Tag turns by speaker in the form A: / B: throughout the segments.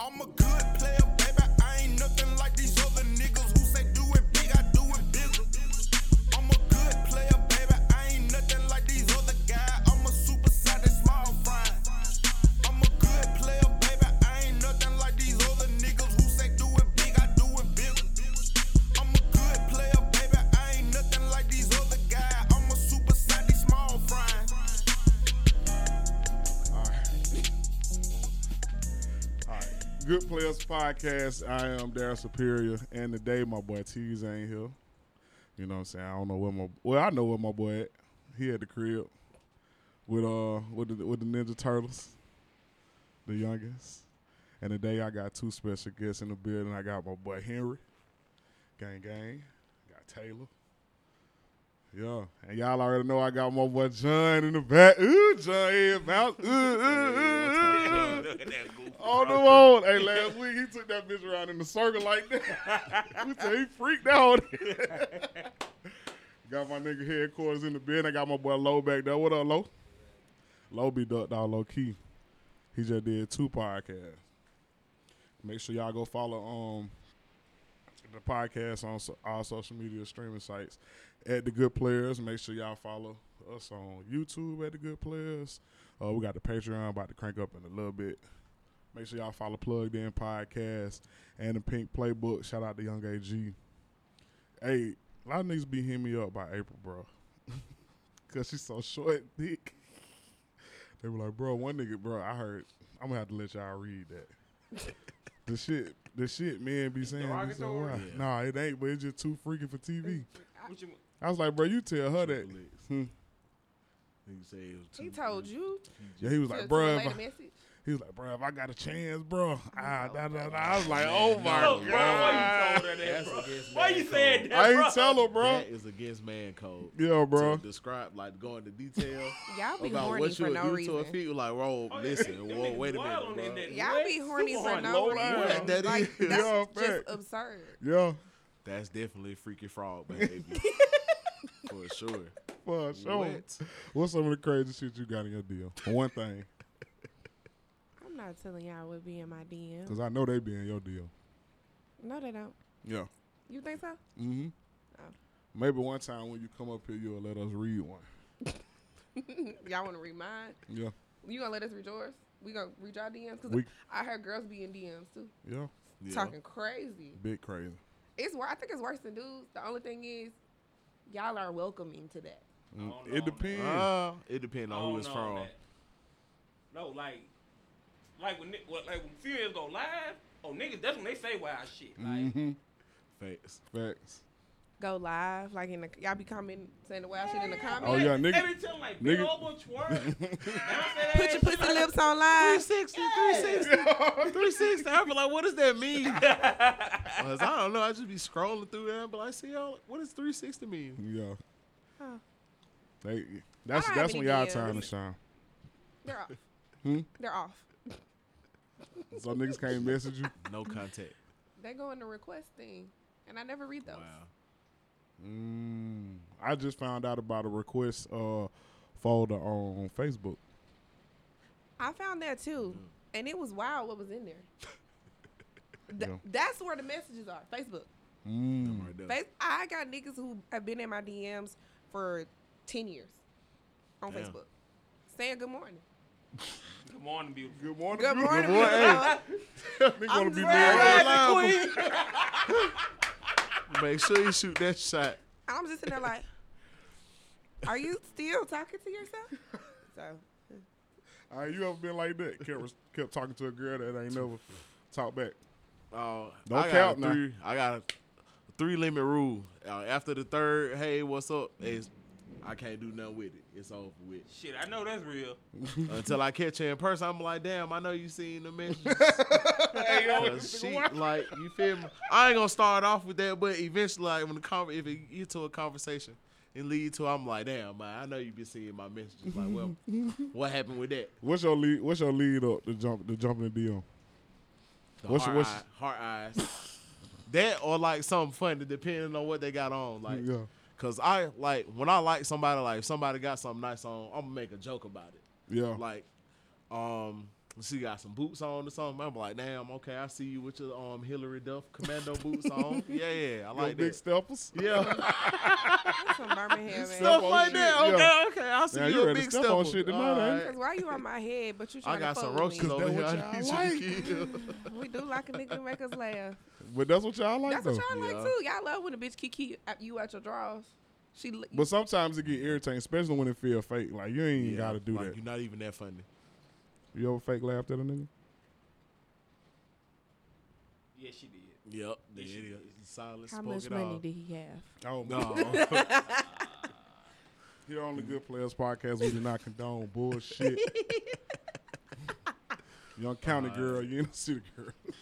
A: I'm a good player, baby. I ain't nothing like these other niggas who say do it big, I do it bigger. I'm a good player, baby. I ain't nothing like these other guys. I'm a super side that small fry. I'm a good player, baby. I ain't nothing like these other niggas who say do it big, I do it bigger. I'm a good player, baby. I ain't nothing like these other guys. I'm a super side that small fry.
B: All right. Good Players Podcast. I am Darren Superior. And today my boy Tease ain't here. You know what I'm saying? I don't know where my well, I know where my boy at. He at the crib with uh with the with the Ninja Turtles. The youngest. And today I got two special guests in the building. I got my boy Henry. Gang gang. Got Taylor. Yeah. And y'all already know I got my boy John in the back. Ooh, John head bounce. Ooh, ooh, ooh, ooh.
C: Look at that goofy.
B: On the road. Hey, last week he took that bitch around in the circle like that. We said he freaked out. got my nigga headquarters in the bed. I got my boy Low back there. What up, Low? Low be ducked out low key. He just did two podcasts. Make sure y'all go follow um the podcast on so- all social media streaming sites at the Good Players. Make sure y'all follow us on YouTube at the Good Players. Uh, we got the Patreon about to crank up in a little bit. Make sure y'all follow Plugged In Podcast and the Pink Playbook. Shout out to Young AG. Hey, a lot of niggas be hitting me up by April, bro. Cause she's so short, and thick. They were like, bro, one nigga, bro, I heard I'm gonna have to let y'all read that. the shit, the shit men be saying. be so
D: Derogatory?
B: wild. Nah, it ain't, but it's just too freaking for TV.
C: What you-
B: I was like, bro, you tell her that. Hmm.
D: He say it was
E: He
D: too-
E: told you.
B: Yeah, he was
E: to-
B: like,
E: to
B: bro,
E: relay
B: if
E: the
B: I-
E: message.
B: he was like, bro, if I got a chance,
E: Oh,
B: bro, ah,
E: No,
B: da, da,
E: bro.
B: da. I was like, oh my
C: Look, bro, why you
B: god,
C: told her that,
D: That's
C: bro?
D: against
C: Why
D: man
C: you
D: code.
C: saying that,
B: I
C: bro?
B: ain't tell her, bro.
D: That is against man code.
B: Yeah, bro.
D: To describe, like, go into detail
E: Y'all be
D: about
E: horny
D: what you
E: for
D: would
E: no
D: do to a
E: reason.
D: feet. Like, bro,
C: Oh, yeah,
D: listen,
C: them
D: whoa,
C: niggas
D: wait a minute,
C: wild in
D: bro.
C: that
E: Y'all
C: wet,
E: be horny
C: super
E: for
C: horny,
E: no
C: low
E: reason.
C: down.
D: That
E: like,
D: is.
E: that's
B: Yeah,
E: just
B: fact.
E: absurd.
B: Yeah,
D: That's definitely freaky frog behavior. For sure.
B: for sure.
D: What?
B: What's some of the crazy shit you got in your deal? For one thing,
E: I'm not telling y'all what be in my DM.
B: because I know they be in your deal.
E: No, they don't.
B: Yeah.
E: You think so?
B: Mm-hmm.
E: Oh.
B: Maybe one time when you come up here, you'll let us read one.
E: y'all want to read mine?
B: Yeah.
E: You gonna let us read yours? We gonna read y'all DMs? Cause
B: We-
E: I heard girls be in DMs too,
B: Yeah.
D: Yeah.
E: talking crazy.
B: Big crazy.
E: It's wor- I think it's worse than dudes. The only thing is, y'all are welcoming to that.
B: Mm,
C: don't know,
B: It depends.
D: Uh, it depends
C: I
D: on who
C: don't
D: it's
C: know,
D: from.
C: Oh, man. No, like, like when ni- well, like when females go live, oh niggas, that's when they say wild shit. Like,
B: hmm
D: Facts.
B: Facts.
E: Go live, like in the y'all be commenting saying the wild shit in the
B: Oh,
E: comments.
B: yeah, nigga-
C: Every time like big
B: nigga-
C: old twerk.
E: Put your pussy lips on live.
D: 360, 360, 360. I be like, what does that mean? Cause I don't know. I just be scrolling through there, but I see y'all. What does 360 mean?
B: Yeah.
E: Oh,
B: They, that's
E: have
B: that's
E: any
B: when y'all
E: DMs.
B: time to shine.
E: they're off.
B: Hmm?
E: They're off.
B: So niggas can't message you.
D: No contact.
E: They go in the request thing, and I never read those.
D: Wow.
B: Mm, I just found out about a request uh, folder on Facebook.
E: I found that too,
D: Mm-hmm.
E: and it was wild what was in there. Th-
B: Yeah.
E: That's where the messages are. Facebook.
B: Mm.
D: Right there.
E: Face- I got niggas who have been in my DMs for ten years on
D: Damn.
E: Facebook, saying good morning.
C: Come on, beautiful.
B: Good morning.
E: Good morning.
B: Good morning. Hey,
E: Bella.
B: nigga wanna
E: I'm
B: be
E: glad
B: married.
D: Make sure you shoot that shot.
E: I'm just in there like, are you still talking to yourself? So
B: All right, you ever been like that? Kept, kept talking to a girl that ain't never talked back.
D: Oh,
B: Don't
D: I
B: count
D: got
B: now.
D: a three. I got a three limit rule. Uh, after the third, hey, what's up? It's, I can't do nothing with it. It's over with.
C: Shit, I know that's real.
D: Until I catch her in person, I'm like, damn, I know you seen the message.
B: Hey,
D: she like you feel me. I ain't gonna start off with that, but eventually, like when the con- if it get to a conversation and lead to, I'm like, damn, man, I know you been seeing my messages. Like, well, what happened with that?
B: What's your lead? What's your lead up to jump to jumping the DM?
D: The
B: What's-
D: hard,
B: what's-
D: eye- hard eyes. that or like something funny, depending on what they got on. Like,
B: Yeah.
D: cause I like when I like
B: Oh.
D: somebody, like if somebody got something nice on, I'm gonna make a joke about it.
B: Yeah,
D: Like, um, when she got some boots on or something, I'm like, damn, okay, I see you with your um Hillary Duff commando boots on. Yeah, yeah,
B: Yo,
D: I like
B: big
D: that.
B: steppers.
D: Yeah,
E: That's from Birmingham, man.
D: stuff
B: on
D: like
B: shit,
D: that.
B: yeah.
D: Okay, okay, I see
B: Now
D: you
B: you
D: a
B: ready to
D: big
B: step on
D: stepper.
B: shit tonight, ain't you?
D: Alright.
E: Cause why you on my head, but you trying
D: I got
E: to
D: some
E: fuck with
D: roaches
E: me.
D: over here.
B: that what
D: I need
B: y'all
D: you to kill.
E: We do like a nigga to make us laugh.
B: But that's what y'all like
E: That's
B: though.
E: what y'all like
D: Yeah.
E: too. Y'all love when a bitch kiki at you at your drawers. She li-
B: But sometimes it get irritating, especially when it feel fake. Like you ain't
D: Yeah,
B: gotta do
D: like,
B: that.
D: You're not even that funny.
B: You ever fake laughed at a nigga?
C: Yeah, she did.
D: Yep, there it
C: she
D: is. Solid.
E: How
D: spoke
E: much
D: it
E: money
D: all.
E: did he have?
B: Oh
D: No,
B: Here on the Good Players Podcast, we do not condone bullshit. Young county girl, you ain't a city girl.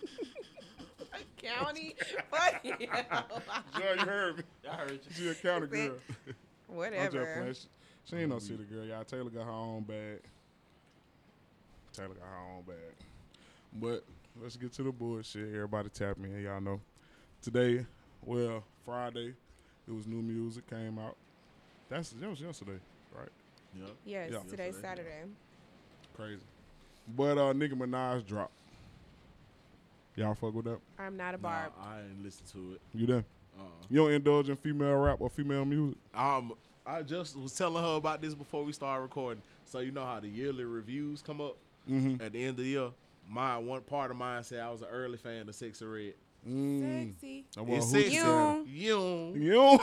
E: County, fuck you.
B: Joy, you heard me.
C: I heard you.
B: She a county
E: Sick.
B: girl. I'm just
E: Whatever.
B: playing. She, she ain't no
D: Mm-hmm.
B: city girl, y'all. Taylor got her own bag. Taylor got her own bag. But let's get to the bullshit. Everybody tap me in, y'all know. Today, well, Friday, it was new music came out. That's that was yesterday, right?
D: Yep.
E: Yes,
B: Yeah.
E: today's
D: Yesterday.
E: Saturday.
B: Crazy. But uh Nicki Minaj dropped. Y'all fuck with that?
E: I'm not a
D: Nah,
E: barb.
D: I ain't listen to it.
B: You done?
D: Uh-uh.
B: You don't indulge in female rap or female music?
D: Um, I just was telling her about this before we started recording. So you know how the yearly reviews come up
B: Mhm.
D: at the end of the year. My one part of mine said I was an early fan of Six of Red.
B: Mm.
E: Sexy.
B: I want
D: It's
B: who to
D: sexy.
B: tell.
E: You.
D: You,
B: You don't?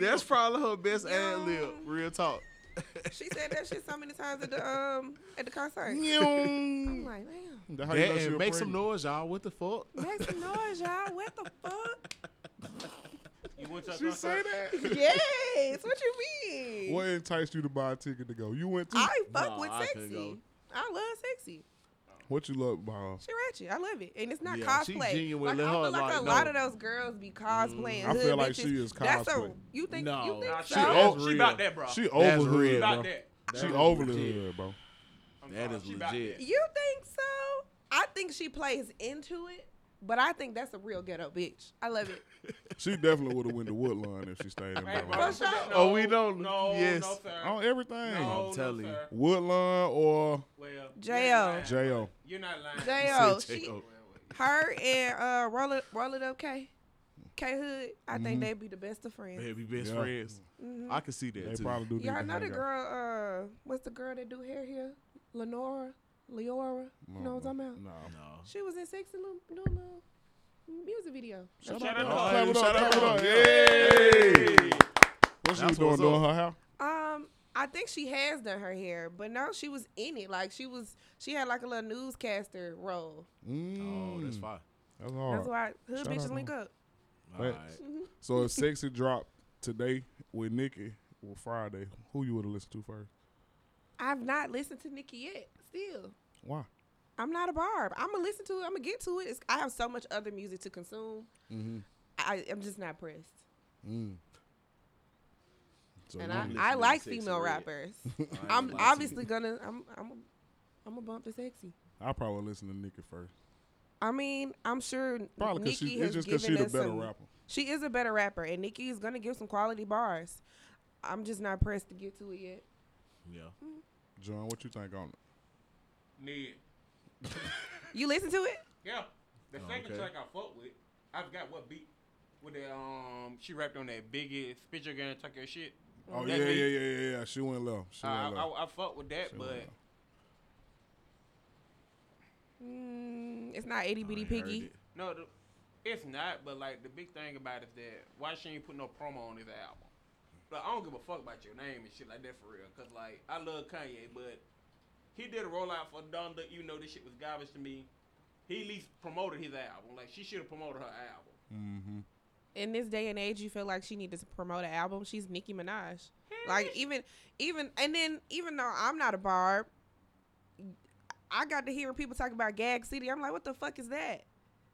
D: that's probably her best ad lib.
E: Yum.
D: Real talk.
E: She said that shit so many times at the um at the concert. I'm like, damn.
B: That how you know
D: That,
B: she
D: and
B: a
D: make
B: pregnant.
D: some noise, y'all. What the fuck?
E: Make some noise, y'all. What the fuck?
C: You went to a
B: She say
C: concert?
B: that?
E: yes. What you mean?
B: What enticed you to buy a ticket to go? You went to
E: I fuck
D: Nah,
E: with
D: I couldn't
E: sexy.
D: go.
E: I, love sexy.
B: what you love about?
E: She ratchet. I love it, and it's not
D: Yeah, she
E: cosplay.
D: genuine,
E: like,
D: let
E: I
D: her,
E: feel like
D: like,
E: a lot
D: know.
E: of those girls be cosplaying.
B: I
E: hood
B: feel like
E: bitches.
B: she is
E: That's a
B: cosplay.
E: you think
D: No.
E: you think
C: Nah, she,
E: so?
B: old.
C: oh, she about that, bro.
B: She
D: That's
B: over
D: real,
B: hood,
C: about
B: bro.
C: that.
D: That
B: She
D: is
B: over the
D: legit.
B: hood, bro.
C: I'm
D: That
C: sorry,
D: is
C: she about
D: legit.
C: that.
E: You think so? I think she plays into it, but I think that's a real ghetto bitch. I love it.
B: She definitely would have went to Woodlawn if she stayed in
C: Hey,
B: Birmingham.
C: bro,
E: For
C: she about-
E: sure.
D: Oh, we don't-
C: No,
D: yes.
C: no, sir.
B: On everything,
C: no,
D: I'm telling you.
C: no, sir.
B: Woodlawn or
C: Well, you're not
E: J.O.
C: lying.
B: J.O.
C: You're not lying.
E: Jo,
D: Said
E: she,
D: J.O.
E: her and uh, roll it, roll it up, K, K Hood. I think they be the best of friends.
D: Baby best
B: Yeah.
D: friends.
E: Mm-hmm.
D: I can see that
B: They
D: too.
B: probably do. need
E: Y'all
B: to
E: know the
B: hang out.
E: girl. Uh, what's the girl that do hair here? Lenora, Leora.
B: No,
E: you know what
B: no,
E: I'm talking about?
B: No.
D: no.
E: She was in Sexy Little, New Little music video.
B: Shut
C: Shout
B: up,
C: out
B: dog.
D: to her.
B: Clap it up,
D: Shout out
B: clap it up.
D: to
B: Hey. What she
D: That's
B: was doing
D: what's
B: doing
D: up.
B: her hair?
E: Um, I think she has done her hair, but no, she was in it. Like she was, she had like a little newscaster role.
D: Oh, that's
B: Mm.
D: fine.
B: That's all
E: That's
B: right.
E: why hood
B: Shout
E: bitches
B: out,
E: link
B: Mom.
E: up.
D: All right.
B: Facts. So if Sexy dropped today with Nikki, well, Friday, who you would have listened to first?
E: I've not listened to Nikki yet. Still,
B: Why?
E: I'm not a barb. I'm gonna listen to it. I'm gonna get to it. It's, I have so much other music to consume.
D: Mm-hmm.
E: I, I'm just not pressed.
B: So you-
E: And I,
D: listening
E: I
D: to
E: like
D: Sexy
E: female
D: Red.
E: rappers.
D: I ain't
E: I'm
D: gonna lie to
E: obviously gonna. I'm. I'm. I'm gonna bump the sexy.
B: I probably listen to Nikki first.
E: I mean, I'm sure
B: Probably because
E: Nikki
B: she,
E: has
B: it's just because
E: given
B: she's a
E: us
B: better
E: some-
B: rapper.
E: She is a better rapper, and Nikki is gonna give some quality bars. I'm just not pressed to get to it yet.
D: Yeah.
E: Mm.
B: John, what you think on it?
C: Ned.
E: You listen to it?
C: Yeah. The
D: Oh,
C: second
D: okay.
C: track I fuck with, I forgot what beat. With that, um, she rapped on that biggest picture gun type of shit.
B: Oh yeah,
C: That
B: yeah,
C: beat.
B: yeah, yeah, yeah. She went low. She
C: I,
B: went
C: Uh, I,
B: low.
C: I, I fuck with that,
B: She
C: but
B: went low.
E: Mm, it's not itty
D: I
E: bitty
D: ain't heard
E: piggy.
D: it.
C: no, the, it's not. But like the big thing about it is that why she ain't put no promo on his album. Like I don't give a fuck about your name and shit like that for real. Cause like I love Kanye, but he did a rollout for Donda. You know this shit was garbage to me. He at least promoted his album. Like she should have promoted her album.
B: Mm-hmm.
E: In this day and age, you feel like she needs to promote an album. She's Nicki Minaj. Like even, even, and then even though I'm not a barb, I got to hearing people talk about Gag City. I'm like, what the fuck is that?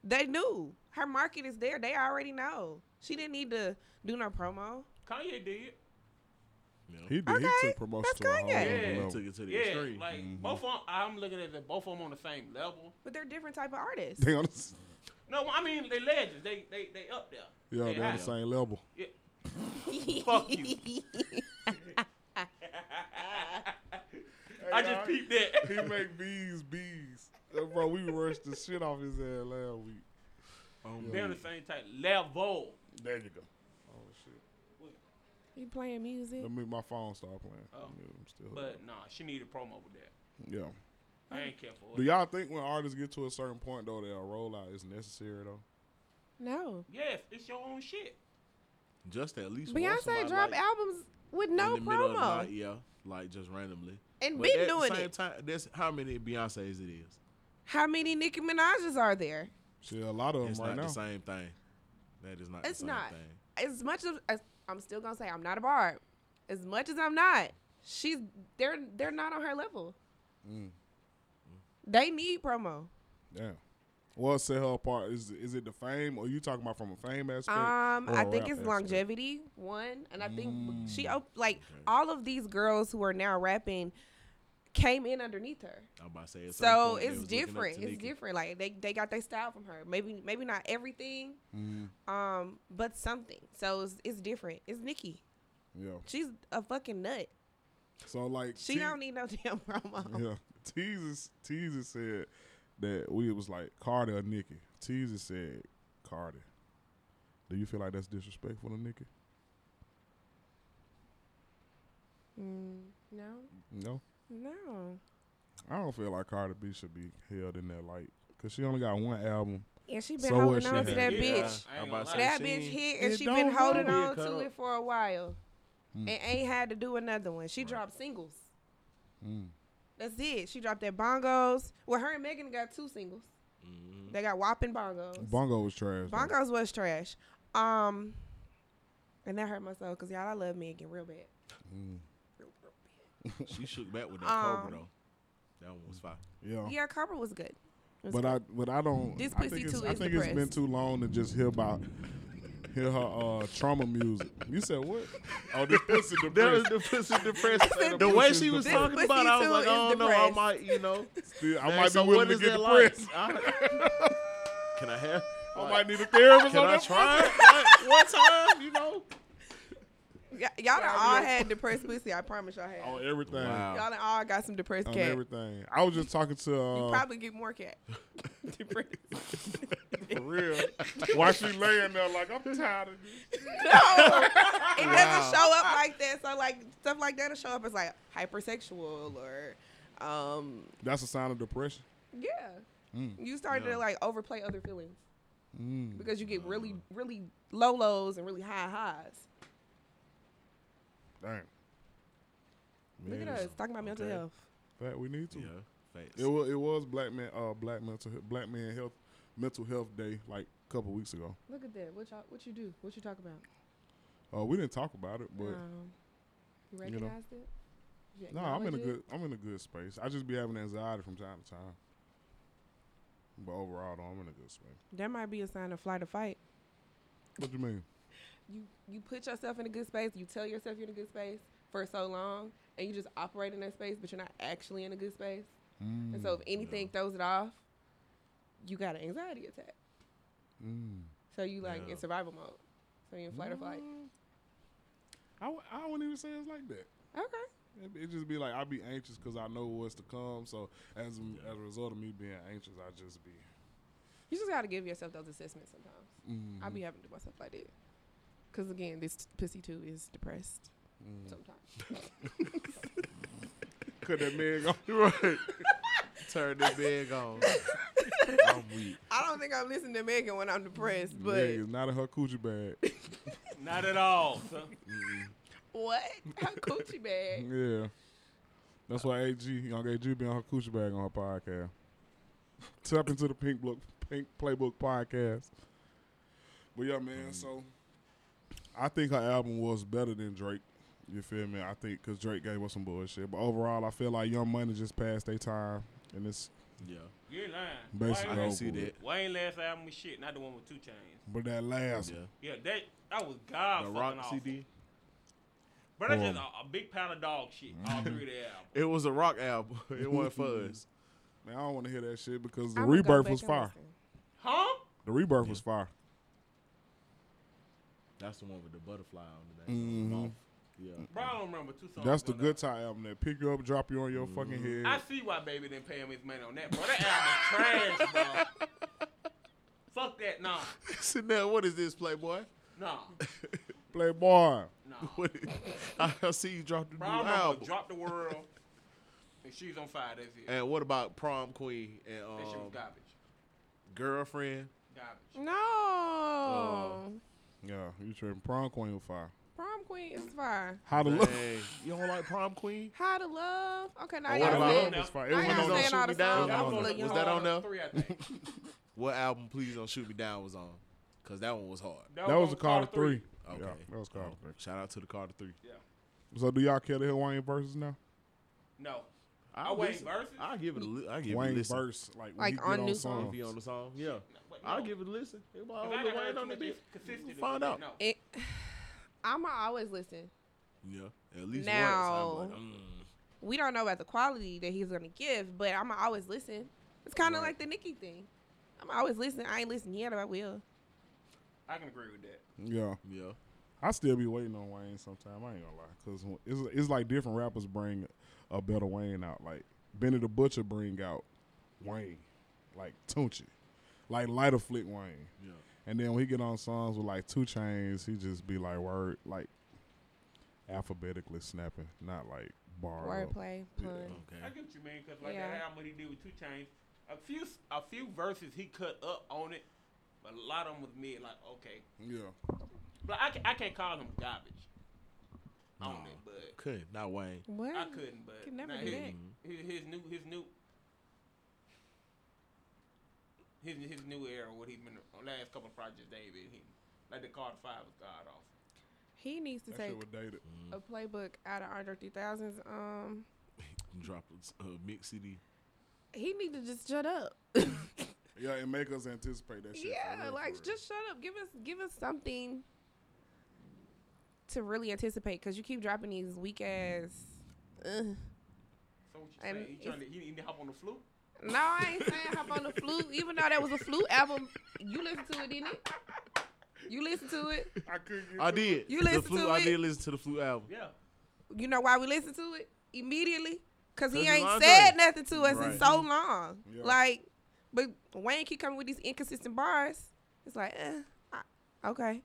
E: They knew her market is there. They already know. She didn't need to do no promo.
C: Kanye did.
B: He did.
E: Okay,
B: He took promotion
E: that's
B: to a whole
E: Kanye.
B: other
D: Yeah.
B: level.
D: Took it to the
C: Yeah,
D: extreme. Mm-hmm.
C: like both of them, I'm looking at it, both of them on the same level.
E: But they're different type of artists.
B: They on the,
C: No, I mean they legends. They they they up there.
B: yeah,
C: they
B: they on
C: high.
B: the same level.
C: Yeah. Fuck you. I just peeped that.
B: He make bees bees. Uh, bro, we rushed the shit off his ass last week. Oh,
C: They're on the same type level.
B: There you go. Oh shit.
E: You playing music?
B: Let
D: Um,
B: me my phone start playing.
C: Oh.
B: Yeah, I'm still
C: But nah, she need a promo with that.
B: yeah.
C: I ain't care for
B: Do
C: it.
B: y'all think when artists get to a certain point though they'll roll out is necessary though?
E: No.
C: Yes, it's your own shit.
D: Just at least once in my
E: Beyonce drop
D: life,
E: albums with no
D: in the middle of the night,
E: promo
D: yeah, like just randomly.
E: and
D: But
E: been
D: at the
E: doing
D: same
E: it.
D: Time, that's how many Beyonces it is.
E: How many Nicki Minaj's are there?
B: Shit, a lot of them
D: It's
B: right
D: not
B: now.
D: the same thing. That is not
E: It's
D: the same
E: not.
D: thing.
E: As much as, as I'm still gonna say I'm not a barb. As much as I'm not, she's they're they're not on her level.
D: Mm.
E: They need promo.
B: Yeah. What set her apart is is it the fame or you talking about from a fame aspect?
E: Um,
B: or a
E: I
B: rap
E: think it's
B: aspect?
E: longevity one, and I think she
D: Mm.
E: op- like all of these girls who are now rapping came in underneath her.
D: I'm about to say. at some
E: So
D: point they
E: it's
D: was looking up
E: different.
D: to
E: It's
D: Nicki.
E: different. Like they, they got their style from her. Maybe maybe not everything,
D: Mm-hmm.
E: um, but something. So it's, it's different. It's Nikki.
B: Yeah.
E: She's a fucking nut.
B: So like
E: She
B: T-
E: don't need no damn promo.
B: Yeah. Teaser Teaser said that we was like Cardi or Nicki. Teaser said Cardi. Do you feel like that's disrespectful to Nicki?
E: No,
B: No.
E: no.
B: I don't feel like Cardi B should be held in that light because she only got one album.
E: Yeah, she been
B: So what
E: holding
B: she
E: on to
B: had?
E: that
C: Yeah.
E: bitch.
C: I ain't
D: I'm
C: gonna
D: about to
C: lie.
D: say
E: That
D: she
E: bitch
D: ain't-
E: hit,
B: It
E: and she
B: don't
E: been holding
D: hold.
E: on
D: Yeah,
E: to
D: cut
E: it for a while,
B: Mm.
E: and ain't had to do another one. She dropped singles.
D: Mm.
E: That's it. She dropped that bongos. Well, her and Megan got two singles.
D: Mm-hmm.
E: They got whopping bongos.
B: Bongo was trash. though.
E: Bongos was trash. Um, and that hurt my soul because y'all, I love Megan real bad.
B: Mm.
E: Real, real
D: She shook back with that
E: Um,
D: Cobra though. That one was fire.
B: Yeah.
E: bad. Yeah, Cobra was good. It was
B: But
E: good.
B: I, but I don't.
E: This
B: I
E: pussy
B: think, it's,
E: too
B: I
E: is
B: think it's been
E: depressed.
B: too long to just hear about hear her uh, trauma music. You said what? Oh, this pussy depressed.
D: the pussy depressed.
E: said
D: the way
B: pussy's
D: she was
B: depressed.
D: talking about, it, I was
E: Pussy
D: like, I
E: too is
D: don't know. I
E: depressed.
D: might, you know.
B: Still, I
D: Dang,
B: might
D: so
B: be
D: what
B: willing to
D: is
B: get
D: that like?
B: depressed.
D: I- Can I have?
B: I
D: like,
B: might need a therapist
D: Can
B: on
D: I
B: that.
D: try? it? Like, one time, you know.
E: Y- y'all done all had depressed pussy. I promise y'all had.
B: On everything.
D: Wow.
E: Y'all done all got some depressed
B: Oh, On
E: cat.
B: everything. I was just talking to
E: You
B: uh,
E: probably get more cat. depressed.
B: for real. Why she laying there like I'm tired of this?
E: No, it
D: Wow.
E: doesn't show up like that. So like stuff like that'll show up as like hypersexual or, um,
B: That's a sign of depression.
E: yeah.
B: Mm.
E: You started
D: Yeah.
E: to like overplay other feelings because you get really, really low lows and really high highs.
B: Damn.
E: Look at
B: it's
E: us talking about mental
D: okay.
E: health.
B: Fact, we need to.
D: Yeah, facts.
B: It was it was black man uh black mental he- black man health mental health day like a couple weeks ago.
E: Look at that. What y'all, what you do? What you talk about?
B: Uh, we didn't talk about it, but
E: um,
B: you
E: you
B: know.
E: recognize it? You
B: no, I'm in a
E: acknowledge it?
B: good I'm in a good space. I just be having anxiety from time to time. But overall, though, I'm in a good space.
E: That might be a sign of flight or fight.
B: What you mean?
E: you you put yourself in a good space, you tell yourself you're in a good space for so long, and you just operate in that space, but you're not actually in a good space.
B: Mm.
E: and so if anything throws it off, you got an anxiety attack.
B: Mm.
E: So you like
D: Yeah.
E: in survival mode. So you're in flight or
B: Mm-hmm.
E: flight.
B: I, w- I wouldn't even say it's like that.
E: Okay.
B: It, it just be like I be anxious because I know what's to come. So as as a result of me being anxious, I just be
E: You just gotta give yourself those assessments sometimes. I be having to do myself like that. Cause again, this t- pussy too is depressed sometimes.
B: cut that man go.
D: Right. Turn the big on. I'm weak.
E: I don't think I'm listening to Megan when I'm depressed, but
B: yeah, it's not in her coochie bag.
C: Not at all. son.
E: what? Her coochie bag.
B: yeah, that's why AG young AG be on her coochie bag on her podcast. Tap into the pink book, pink playbook podcast. But yeah, man. So I think her album was better than Drake. You feel me? I think because Drake gave us some bullshit. But overall, I feel like Young Money just passed their time, and it's
D: Yeah.
C: You ain't lying.
B: Basically,
D: I
C: Wayne-
D: can
B: over
D: see
B: with.
D: that.
C: Wayne last album was shit, not the one with two chains.
B: But that last
D: Yeah.
B: one,
C: Yeah, that that was god
D: The
C: fucking
D: Rock
C: awful.
D: CD.
C: But that's
B: Or-
C: just a, a big pile of dog shit.
B: Mm.
C: All three of the album.
D: It was a rock album. It wasn't for us.
B: man, I don't want to hear that shit because the
E: I'ma go
B: rebirth
E: back
B: was
E: and
B: fire.
E: listen.
C: Huh?
B: The rebirth was fire.
D: That's the one with the butterfly on the back. Moth. Yeah.
C: Bro, I don't remember two songs.
B: That's the
C: ago,
B: good time album that pick you up, drop you on your fucking
C: though. I
B: head.
C: see why Baby didn't pay him his money on that, bro. That album's trash, bro. Fuck that, nah,
D: Sitting there, what is this, Playboy?
C: nah,
B: Play bar.
C: nah.
D: What is, I see you dropped the new
C: Bro, I remember
D: album.
C: Drop the World, and She's on Fire. That's it.
D: and what about Prom Queen and
C: that shit was
D: um,
C: garbage,
D: Girlfriend?
C: garbage.
E: No.
B: Yeah, you tripping prom queen with fire.
E: Prom Queen is fire.
B: How to look?
D: Dang, you don't like Prom Queen?
E: How to Love. Okay, now
D: Or
E: y'all
D: what about
E: said-
B: It was fire. It
E: I
B: was
E: ain't
B: on
E: saying
B: those-
E: all the
D: Shoot Me Down?
E: songs.
C: That
E: I'm
C: was
E: looking
C: on
D: Was
E: hard.
D: that on there?
C: Three, I think.
D: What album? Please don't shoot me down was on, cause that one was hard.
B: That was
C: on
B: a Carter
C: Carter
B: three.
D: Okay, Um,
B: Yeah, that was Carter three.
D: Shout out to the Carter Three.
C: Yeah.
B: So do y'all care the Hill Wayne verses now?
C: No.
D: I
C: Oh, wait,
D: listen.
C: verses?
D: I give it. A li- I give it a
B: Wayne
D: listen.
B: verse, like when
E: Like
B: he get
E: on
B: on
E: new
B: songs.
D: If he on the song, yeah.
C: Wait,
D: I'll
C: no.
D: give it a listen. If I
C: If
D: don't
C: I
D: know
C: got
D: Wayne
C: heard
D: on
C: too
D: the
C: much
D: beat,
C: consistent,
D: find out.
C: No.
E: It, I'ma always listen.
D: Yeah, at least
E: Now-
D: once. I'm like, mm.
E: We don't know about the quality that he's gonna give, but I'ma always listen. It's kind of
D: Right.
E: like the Nicki thing. I'ma always listen. I ain't listened yet, but I will.
C: I can agree with that.
B: Yeah,
D: Yeah,
B: I still be waiting on Wayne sometime. I ain't gonna lie, cause when- it's it's like different rappers bring a better Wayne out. Like Benny the Butcher bring out Wayne, like Tunchi, like Lighter Flick Wayne.
D: yeah.
B: And then when he get on songs with like two chains, he just be like word like alphabetically snapping, not like bar. up.
E: Wordplay,
B: Yeah.
E: pun.
C: I
D: Okay.
C: get what you mean because like
E: Yeah.
C: that album he did with Two Chains, a few s- a few verses he cut up on it, but a lot of them was mid like okay,
B: Yeah.
C: but I, ca- I can't call him garbage on
D: No.
C: it, but
D: Could not Wayne.
E: What?
C: I couldn't. But
E: Can never
C: now
E: do
C: his,
E: that.
C: his, his new his new. His, his new era, what he been on last couple of projects, David, he, like the Card Five was god off.
E: He needs to
B: That
E: take
B: shit was dated.
E: a playbook out of Andre 3000's. Um,
D: Drop a uh, mix CD.
E: he need to just shut up.
B: Yeah, and make us anticipate that shit. for
E: yeah,
B: real, for
E: like
B: real.
E: just shut up. Give us give us something to really anticipate because you keep dropping these weak ass. Ugh.
C: So what you
E: And
C: saying? He trying to he need to hop on the flute?
E: No, I ain't saying hop on the flute. Even though that was a flute album, you listened to it, didn't it? You listened to it.
B: I couldn't get
D: I did.
E: You
D: the
E: listen
D: flute,
E: to
D: I
E: it?
D: did listen to the flute album.
C: Yeah.
E: You know why we listened to it immediately? Cause
D: Cause
E: he
D: it's
E: ain't
D: Andre.
E: said nothing to us in
D: Right.
E: so long.
B: Yeah.
E: Like, but Wayne keep coming with these inconsistent bars. It's like, eh, I, okay,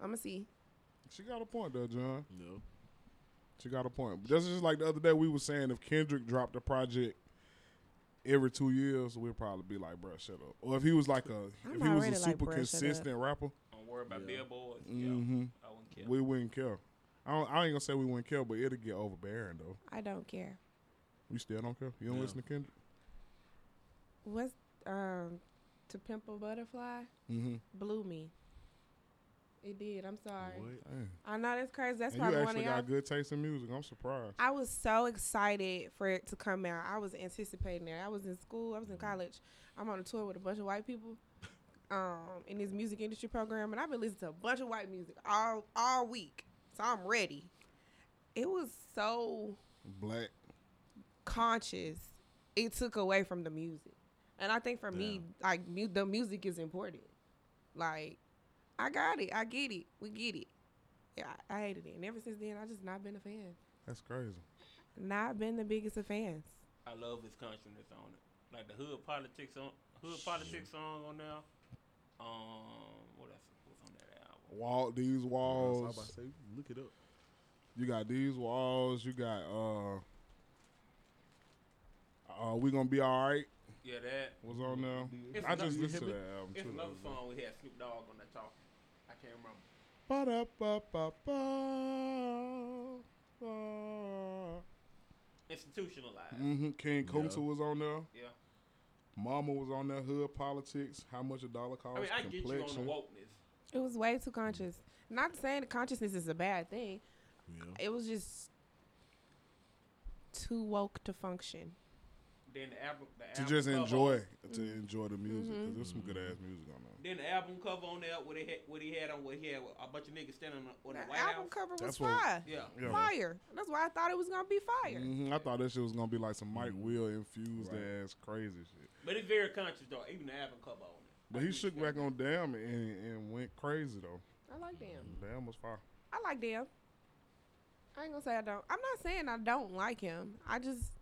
E: I'ma see.
B: She got a point though, John.
D: No.
B: She got a point. But that's just like the other day we were saying if Kendrick dropped a project every two years, we'd probably be like, bruh, shut up. Or if he was like a
E: I'm
B: if he was
E: already
B: a
E: like,
B: super
E: "Bruh, shut up."
B: consistent rapper,
C: Don't worry about
D: Yeah. Mm.
C: billboards.
B: Mhm.
C: Yeah, I wouldn't care.
B: we wouldn't care. I don't I ain't gonna say we wouldn't care, but it'll get overbearing though.
E: I don't care.
B: You still don't care? You don't
D: Yeah.
B: listen to Kendrick?
E: What's um to pimp a butterfly
B: Mm-hmm.
E: blew me. It did. I'm sorry.
D: What?
E: I know that's crazy. That's
B: and
E: probably
B: you
E: one of
B: actually
E: y'all.
B: got good taste in music. I'm surprised.
E: I was so excited for it to come out. I was anticipating it. I was in school. I was in college. I'm on a tour with a bunch of white people um, in this music industry program, and I've been listening to a bunch of white music all all week. So I'm ready. It was so
B: Black.
E: conscious. It took away from the music, and I think for me, like mu- the music is important. Like, I got it. I get it. We get it. Yeah, I, I hated it, and ever since then, I just not been a fan.
B: That's crazy.
E: Not been the biggest of fans.
C: I love his countriness on it. Like the hood politics on hood politics song on there. Um, what else was on that album?
B: Wall these
D: Oh, I was about
B: walls.
D: to say, look it up.
B: You got these walls. You got uh uh we gonna be all right.
C: Yeah, that.
B: Was on there.
C: It's
B: I
C: another-
B: just
C: you
B: listened to
D: hit
B: that album
C: It's
B: too.
C: another song we had Snoop Dogg on that talk. I can't remember.
B: Mm-hmm.
C: Institutionalized.
B: Mm. King Kunta
D: Yeah.
B: was on there.
C: Yeah.
B: Mama was on there. Hood politics. How much a dollar costs?
C: I mean, I get you on
B: complexion.
C: the wokeness.
E: It was way too conscious. Not saying that consciousness is a bad thing.
D: Yeah.
E: It was just too woke to function.
C: Then the album, the
B: to
C: album
B: just
C: cover- Mm-hmm.
B: enjoy, to enjoy the music. 'cause
E: Mhm.
B: there's some good ass music on there.
C: Then the album cover on there, what he had, what he had on, what he had, a bunch of niggas standing on the, on the,
E: The
C: White
E: album
C: House.
E: cover was
B: That's what-
E: fire.
C: Yeah.
B: Yeah.
E: Fire. That's why I thought it was gonna be fire.
B: Mhm, I thought that shit was gonna be like some Mike Will infused
D: Right.
B: ass crazy shit.
C: But it's very conscious though. Even the album cover on it.
B: But
C: I
B: he
C: get
B: shook
C: you
B: back on Damn and, and went crazy though.
E: I like them.
B: Damn was fire.
E: I like them. I ain't gonna say I don't. I'm not saying I don't like him. I just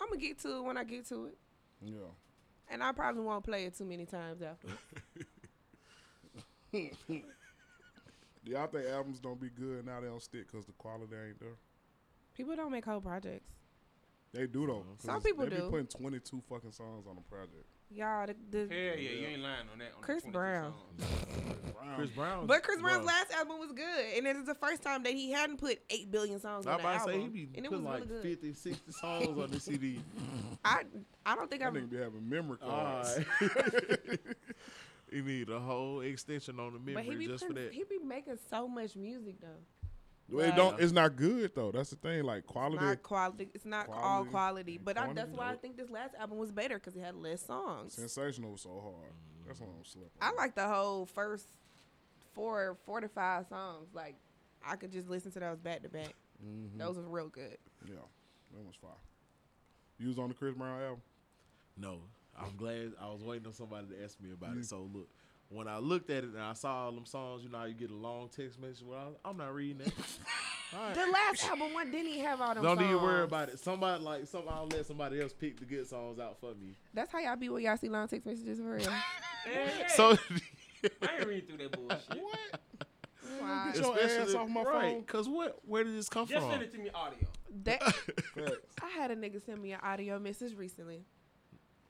E: I'm gonna get to it when I get to it,
B: Yeah.
E: and I probably won't play it too many times after.
B: Do y'all think albums don't be good now they don't stick because the quality ain't there?
E: People don't make whole projects.
B: They do though. 'cause
E: Some people
B: they
E: do.
B: be putting twenty two fucking songs on a project.
E: Y'all, the,
C: Hell
E: the
C: yeah, you ain't lying on that. On the
E: Chris
C: 22
E: Brown.
C: songs.
D: Chris Brown.
E: but Chris Brown's
D: Well,
E: last album was good, and it is the first time that he hadn't put eight billion songs
D: I
E: on the
D: about to
E: album,
D: say he be
E: and it was
D: putting like
E: really good.
D: 50, 60 songs on the CD.
E: I I don't think
B: That
E: I've
B: nigga be having memory cards.
D: Alright. he need a whole extension on the
E: But he
D: memory
E: be
D: just for
E: putting-
D: that.
E: he be making so much music though.
B: Well, it
E: Right.
B: don't. It's not good though. That's the thing. Like
E: It's
B: quality.
E: Not quality. It's not all
B: Quality
E: quality,
B: and
E: but I, that's
B: quantity.
E: why I think this last album was better because it had less songs.
B: Sensational was so hard. That's what I'm slipping.
E: I like the whole first four, four to five songs. Like I could just listen to those back to back.
D: Mm-hmm.
E: Those was real good.
B: Yeah, that was fire. You was on the Chris Brown album.
D: No, I'm glad I was waiting on somebody to ask me about
E: Mm.
D: it. So look, when I looked at it and I saw all them songs, you know, how you get a long text message. Well, I was- I'm not reading that. all right.
E: The last album one didn't he have all them.
D: Don't need to worry
E: songs?
D: about it. Somebody like some I'll let somebody else pick the good songs out for me.
E: That's how y'all be when y'all see long text messages for real.
C: Hey,
D: So
C: I ain't reading through that bullshit.
E: Wow.
B: Get your ass
D: especially-
B: off my
D: right,
B: phone.
D: Cause what? Where did this come
C: Just
D: from?
C: send it to me audio.
E: That,
B: Facts.
E: I had a nigga send me an audio message recently.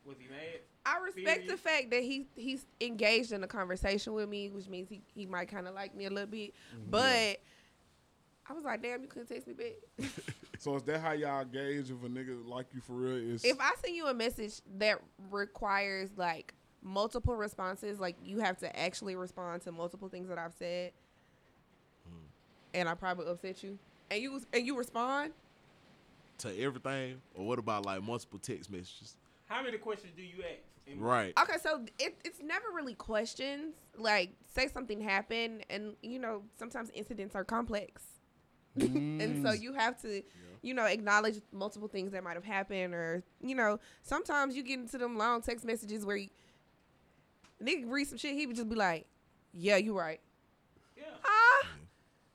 C: Was he mad?
E: I respect
C: Period.
E: the fact that he he's engaged in a conversation with me, which means he, he might kind of like me a little bit. But I was like, damn, you couldn't text me back.
B: So is that how y'all gauge if a nigga like you for real? Is
E: if I send you a message that requires like multiple responses, like you have to actually respond to multiple things that I've said, and I probably upset you, and you and you respond,
D: to everything, or what about like multiple text messages?
C: How many questions do you ask?
E: Mm.
C: And
D: Right.
E: Okay, so it, it's never really questions. Like, say something happened, and you know, sometimes incidents are complex, and so
B: Mm.
E: you have to, you know, acknowledge multiple things that might have happened, or you know, sometimes you get into them long text messages where you, nigga read some shit, he would just be like, "Yeah, you right."
C: Yeah.
E: Ah,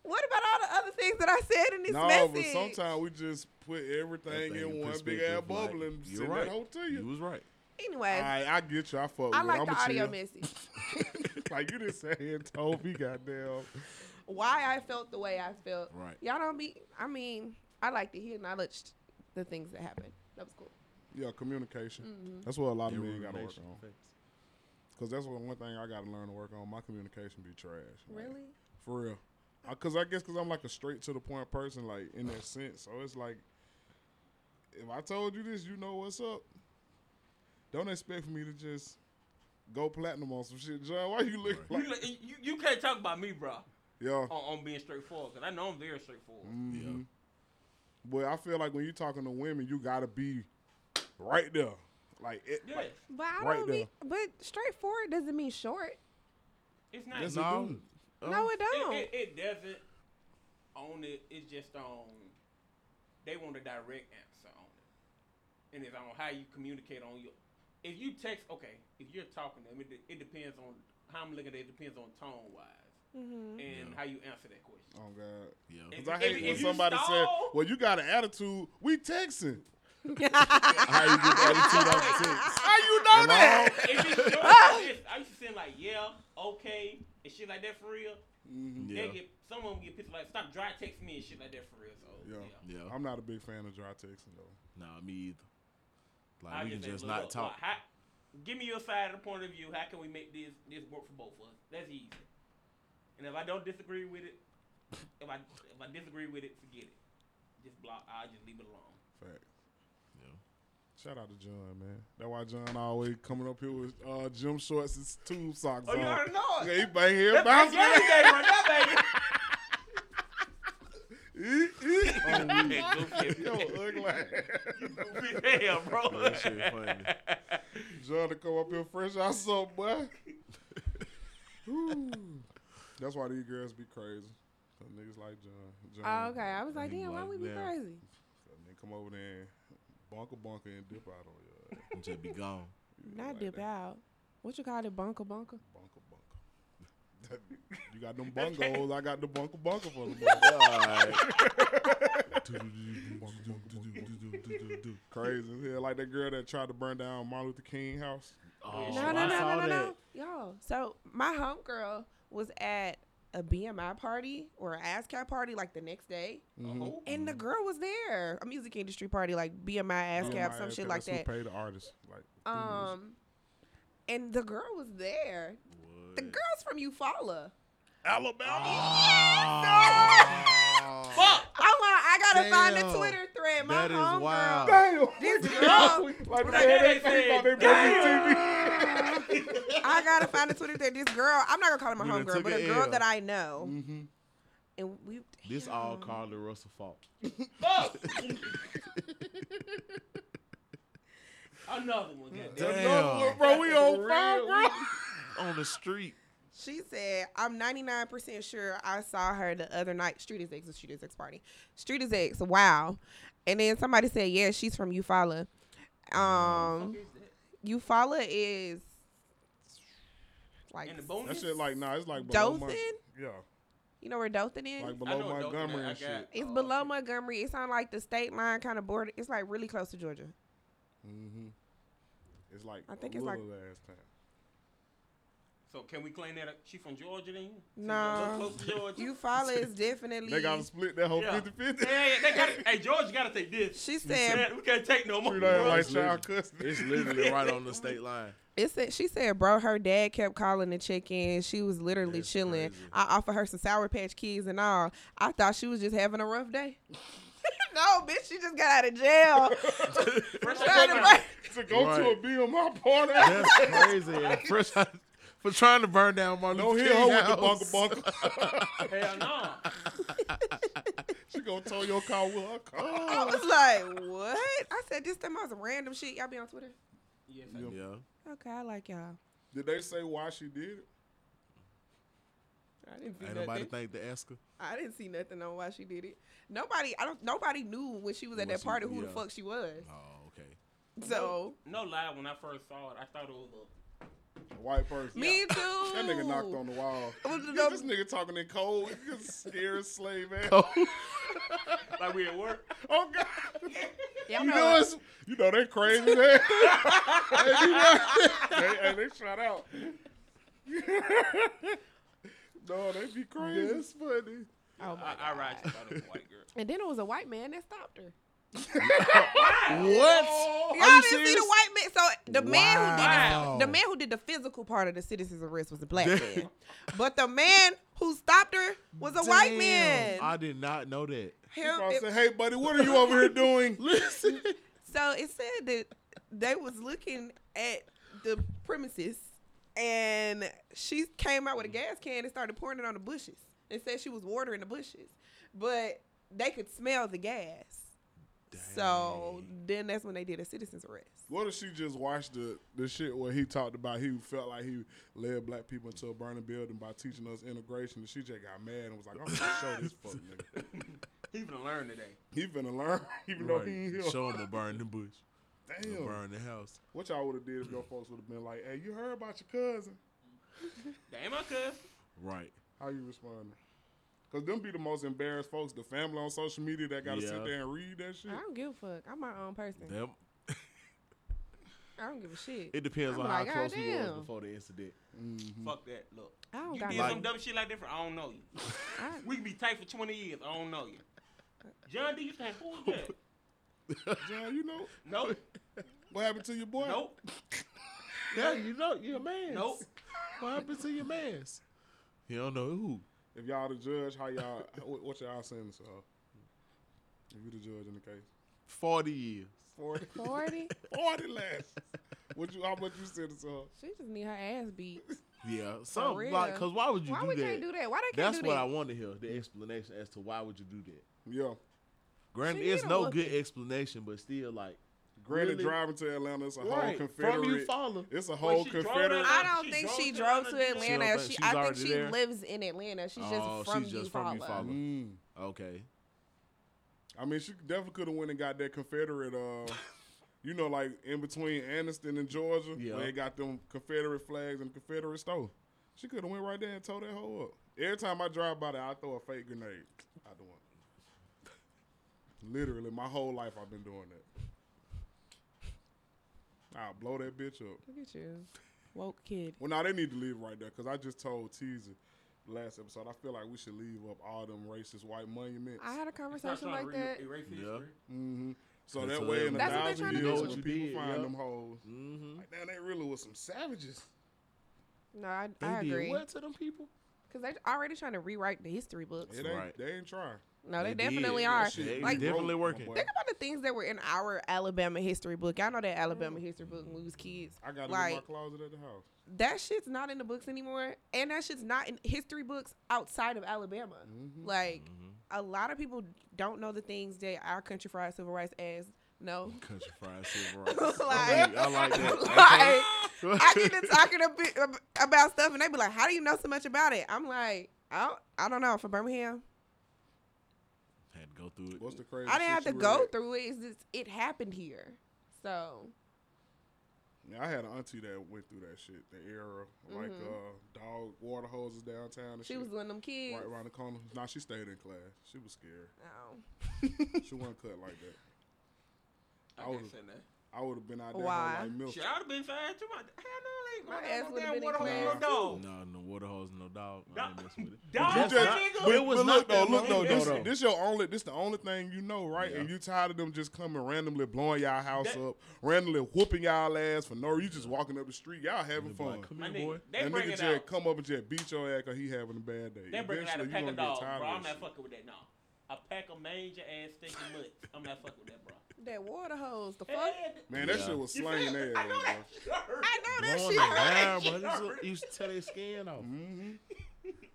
E: what about all the other things that I said in this
B: no, but
E: message?
B: sometimes we just put everything
D: Everything
B: in
D: in
B: one big ass
D: perspective,
B: bubble
D: like,
B: and
D: you're
B: send
D: right.
B: that whole to
D: You
B: you.
D: was right.
E: Anyways,
B: Alright, I get you. I fuck
E: I
B: with
E: like
B: it. I'm
E: the audio
B: chill.
E: message.
B: like you didn't say it told me, goddamn.
E: why I felt the way I felt.
D: Right.
E: Y'all don't be. I mean, I like to hear acknowledged the things that happened. That was cool.
B: Yeah, communication.
E: Mm-hmm.
B: That's what a lot of men got to work
D: Everything.
B: on. Cause that's what one thing I got to learn to work on. My communication be trash. Like, For real. I, cause I guess cause I'm like a straight to the point person, like in that sense. So it's like, if I told you this, you know what's up. Don't expect for me to just go platinum on some shit, John. Why you look like?
C: You, li- you, you can't talk about me, bro,
B: Yeah.
C: on, on being straightforward, because I know I'm very straightforward. Mm-hmm.
B: Mhm. But I feel like when you talking to women, you gotta be right there, like it.
C: Yes.
B: Like,
E: But I
B: Right
E: don't
B: there.
E: mean. But straightforward doesn't mean short.
C: It's not.
B: Yes,
C: it,
B: it
D: No.
B: do.
D: Uh,
E: no, Um, it don't.
C: it, it doesn't own it. It's just on. They want a direct answer on it, and it's on how you communicate on your. If you text, okay, if you're talking to them, it, de- it depends on how I'm looking at. it, It depends on tone wise and
D: Yeah.
C: how you answer that question.
B: Oh God.
D: Yeah.
C: If-
B: Cause I hate
C: if-
B: when
C: if you
B: somebody said,
C: stall-
B: "Well, you got an attitude." We texting.
D: How you get attitude out of text?
E: How you know
B: Hello?
C: if it's short, I used to send like yeah, okay, and shit like that for real. They
D: Yeah.
C: get some of them get pissed like stop dry texting me and shit like that for real. So
B: Yeah.
C: yeah.
D: Yeah.
B: I'm not a big fan of dry texting though.
D: Nah, me either. Like
C: I
D: we can
C: say,
D: just
C: look,
D: not
C: look,
D: talk.
C: look, how- give me your side of the point of view. How can we make this this work for both of us? That's easy. And if I don't disagree with it, if I if I disagree with it, forget it. Just block. I'll just leave it alone.
B: Fact.
D: Yeah.
B: Shout out to John, man. That's why John always coming up here with uh, gym shorts and tube socks
C: Oh,
B: on.
C: you already know it.
B: Yeah, he bang here
C: That's that's
B: bouncing.
C: game
B: around.
C: day right there, baby.
B: Eat, eat. Oh, we-
C: Goofy.
B: Yo, ugly.
C: Goofy hell, bro.
D: That shit funny.
B: John to come up here fresh out something, boy. Whew. That's why these girls be crazy. 'Cause niggas like John. John.
E: Oh, okay. I was like,
D: He
E: damn, why
D: like
E: we be
D: that.
E: crazy?
B: And then come over there and bunker bunker and dip out on you.
D: Just be gone.
E: Not dip out. What you call it, bunker bunker?
B: Bunker bunker. You got them bungos. I got the bunker bunker for them. Crazy as hell. Like that girl that tried to burn down Martin Luther King house.
D: Oh,
E: No,
D: I
E: no, no,
D: saw
E: no, no,
D: that.
E: no. Y'all. So my homegirl was at a BMI party or an ASCAP party like the next day.
B: Mm-hmm.
C: Oh,
E: And the girl was there. A music industry party, like BMI ASCAP,
B: Yeah, my
E: some
B: ass, 'cause
E: shit like
B: Mm-hmm. that's
E: that.
B: Who paid the artist? Like who
D: Mm-hmm.
B: knows?
E: Um and the girl was there. The girl's from Eufaula.
D: Ah. Oh,
E: I'm like, I gotta find
D: Damn.
E: the Twitter thread. My
D: That is
E: homegirl.
D: wild.
B: Damn.
E: This girl,
B: like the man, they
C: said,
B: about they broke his TV.
E: I gotta find the Twitter thread. This girl, I'm not gonna call her my
D: You done
E: homegirl,
D: took
E: but
D: a
E: a girl
D: L. Mm-hmm.
E: that I know. And we
D: This
E: damn.
D: all Carla Russell fault.
C: fuck. Another one. goddamn.
D: Damn.
B: Bro, we on
D: For
B: fire,
D: real,
B: bro.
D: On the street.
E: She said, I'm 99% sure I saw her the other night. Street is X, the Street is X party. Street is X, wow. And then somebody said, yeah, she's from Eufaula.
D: Mm-hmm.
E: Um, Eufaula is like,
C: And the bonus.
B: That shit like nah, it's like below Mon-
E: Dothan?
B: Yeah,
E: you know where Dothan is?
B: like
C: I know
B: below
C: Dothan,
B: Montgomery
C: I
B: and
C: got-
B: shit.
E: it's
C: Oh,
E: below
C: okay.
E: Montgomery. It's on like the state line kind of border. It's like really close to Georgia.
B: It's like
E: I think
B: a
E: it's like-
B: little ass town.
C: So can we claim that uh, she from Georgia then? She
E: Nah.
C: Close to Georgia.
E: Eufaula is definitely.
B: They gotta split that whole
C: Yeah.
B: 50 50.
C: Yeah, yeah, they gotta, hey, Georgia gotta take this.
E: She said,
C: Man, we can't take no more.
B: Treat her
C: bro.
B: like child custody.
D: It's literally right on the state line.
E: It said she said, bro, her dad kept calling to check in. She was literally
D: That's
E: chilling.
D: crazy.
E: I offered her some Sour Patch Kids and all. I thought she was just having a rough day. no, bitch, she just got out of jail.
C: Fresh
E: Trying to
C: out of
E: break-
B: to go to a
D: Right.
B: BMI party.
D: That's crazy. Fresh out, for trying to burn down Martin
B: Don't
D: Luther
B: hit her
D: King
B: with the bunker
D: house.
B: bunker.
C: Hell no.
B: she gonna tow your car with her car.
E: I was like, what? I said, this the most random shit. Y'all be on Twitter?
C: Yes, I
B: Yeah.
C: do.
D: Yeah.
E: Okay, I like y'all.
B: Did they say why she did it?
E: I didn't see
D: Ain't
E: nothing.
D: nobody think to ask her.
E: I didn't see nothing on why she did it. Nobody, I don't. Nobody knew when she was
D: What
E: at that
D: she-
E: party who the
D: yeah.
E: fuck she was.
D: Oh, okay.
E: So
C: No lie, when I first saw it, I thought it was a.
B: A white person.
E: me too.
B: That nigga knocked on the wall.
E: was
B: You
E: the-
B: this nigga talking in cold. You scared slave ass.
C: Like we at work.
B: Oh God!
E: Y'all
B: You
E: know
B: know it's you know they crazy man. Hey, you know- they, hey, they shout out. no, they be crazy. That's funny.
E: Oh my
C: I, I ride you thought it was a white girl.
E: And then it was a white man that stopped her.
D: What?
E: Y'all didn't see the white man. So the man
D: Wow.
E: who did the, the man who did the physical part of the citizen's arrest was a black man, but the man who stopped her was a white man.
D: I did not know that.
E: Him-
B: I
E: it-
B: said, "Hey, buddy, what are you over here doing?"
D: Listen.
E: so it said that they was looking at the premises, and she came out with a gas can and started pouring it on the bushes, and said she was watering the bushes, but they could smell the gas. So then that's when they did a citizen's arrest.
B: What if she just watched the the shit where he talked about he felt like he led black people into a burning building by teaching us integration, and she just got mad and was like, "I'm gonna show this fuck nigga.
C: He even learned today.
B: He finna learn, even though he ain't here."
D: Show him a burn the bush.
B: Damn.
D: Burn the house.
B: What y'all would have did if your folks would have been like, "Hey, you heard about your cousin?
C: Damn, I could.
D: Right.
B: How you responding?" Cause them be the most embarrassed folks, the family on social media that gotta
D: Yeah.
B: sit there and read that shit.
E: I don't give a fuck. I'm my own person.
D: Them.
E: I don't give a shit.
D: It depends
E: I'm
D: on
E: like,
D: how close we was
E: goddamn.
D: before the incident.
C: Fuck that. Look.
E: I don't
C: You
E: got
C: did
E: no-
C: some dumb shit like that for I don't know you.
E: I-
C: We can be tight for 20 years. I don't know you. John D, you think who was that?
B: John, you know
C: Nope.
B: what happened to your boy?
C: Nope.
D: Yeah, you know, you're a man.
C: Nope.
D: What happened to your mans? You don't know who.
B: If y'all the judge, how y'all what, what y'all sentence? Uh, if you the judge in the case,
D: 40 years.
B: forty.
E: 40?
B: Forty lashes. What you? How much you sentence her?
E: she just need her ass beat.
D: Yeah. So,
E: real.
D: like, because why would you
E: Why
D: do
E: we
D: that?
E: can't do that? Why they can't
D: That's
E: do
D: what
E: that?
D: I want to hear the explanation as to why would you do that.
B: Yeah.
D: Granted,
E: See,
D: it's
E: you
D: no
E: don't
D: good explanation, but still, like,
B: Granted,
D: really?
B: driving to Atlanta is a whole
D: Right.
B: Confederate.
D: From Eufaula.
B: It's a
C: Well,
B: whole
C: she drove
B: Confederate.
C: down-
E: I don't
C: She
E: think
C: drove
E: she
C: to
E: drove
C: Atlanta.
E: to Atlanta.
D: She
E: She,
D: don't think-
E: I think
D: she's
E: she
D: already there?
E: lives in Atlanta. She's
D: Oh,
E: just from
D: she's just
E: Eufaula.
D: from Eufaula.
B: Mm.
D: Okay.
B: I mean, she definitely could have went and got that Confederate. Uh, you know, like in between Anniston and Georgia,
D: Yeah.
B: where they got them Confederate flags and Confederate stove. She could have went right there and tore that hoe up. Every time I drive by there, I throw a fake grenade. I do it. Literally, my whole life I've been doing that. I'll blow that bitch up.
E: Look at you, woke kid.
B: Well, now they need to leave right there because I just told Teaser last episode. I feel like we should leave up all them racist white monuments.
E: I had a
C: Stop
E: conversation
C: trying
E: like
C: to
E: that.
C: re- erase
D: Yeah.
C: history.
B: hmm So
D: That's
B: that
D: what
B: way, in a
E: That's what they're
B: thousand
E: trying to
B: years,
E: do.
B: when
D: You
B: people
D: did,
B: find
D: yeah.
B: them hoes,
D: Mm-hmm.
B: like, damn, they really was some savages.
E: No, I,
D: They
E: I
D: did
E: agree.
D: what to them people?
E: Because they're already trying to rewrite the history books.
B: It ain't,
D: Right.
B: They ain't trying.
E: No, they,
D: They did.
E: definitely
D: Yeah,
E: are.
D: shit, they
E: Like-
D: definitely
B: broke,
D: working.
B: my boy.
E: Think about the things that were in our Alabama history book. Y'all know that Alabama history book when we was kids.
B: I got it in my
E: like
B: closet at the house.
E: that shit's not in the books anymore, and that shit's not in history books outside of Alabama.
D: Mm-hmm.
E: Like a lot of people don't know the things that our country fried civil rights as no.
D: Country fried civil
E: rights.
D: rights.
E: Like-
D: I like that.
E: like I get to talking a bit ab- about stuff, and they be like, "How do you know so much about it?" I'm like, "I don't, I don't know." From Birmingham,
D: Had to go through it.
B: What's the crazy?
E: I didn't have
B: shit
E: to
B: you
E: go
B: read?
E: through it. It's just, it happened here, so
B: Yeah, I had an auntie that went through that shit, the era, like uh, dog water hoses downtown. And
E: Mm-hmm. she
B: shit.
E: was one of them kids.
B: right around the corner. Nah, she stayed in class. She was scared.
E: Oh.
B: She wasn't cut like that.
C: I
B: I
C: can't
B: was-
C: say that.
B: I would have been out there
E: Why?
B: like milk.
C: Shit, I would have been fine too. My, hell no,
E: My ass
C: ain't
E: would've been in
C: water
E: class.
C: hole,
B: Oh.
C: no dog.
D: No, no water hose, no dog. I
C: Dog.
D: ain't messing with it.
C: Dog,
D: But
B: You just-
C: nigga.
D: but it was
B: But
D: not
B: look though,
D: that
B: look
D: long
B: though,
D: ago,
B: this,
D: though.
B: this your only, this the only thing you know, right? And
D: Yeah.
B: you tired of them just coming randomly blowing y'all house
C: That-
B: up, randomly whooping y'all ass for no. You just walking up the street, y'all having
D: They be
B: fun.
D: like, Come
C: My
D: here,
C: nigga,
D: boy.
C: they
B: that
C: bring
B: nigga
C: it
B: just
C: out.
B: come up and just beat your ass cause he having a bad day.
C: They bring out a
B: Eventually,
C: pack
B: you
C: of
B: gonna get
C: dogs, bro.
B: tired
C: I'm
B: of that
C: not
B: shit.
C: fucking with that. No, a pack of manger ass stinking mutts. I'm not fucking with that, bro.
E: That water hose, the fuck?
C: Hell,
B: Man, that
D: Yeah.
B: shit was
C: you feel
B: slaying
C: me?
B: ass,
C: I know
B: bro.
C: that. shit hurt.
E: I know that
D: Blowing
E: shit.
D: them
E: hurt.
D: down, bro.
C: shit
D: They
C: hurt.
D: Used to, used to tear their skin off.
B: Mm-hmm.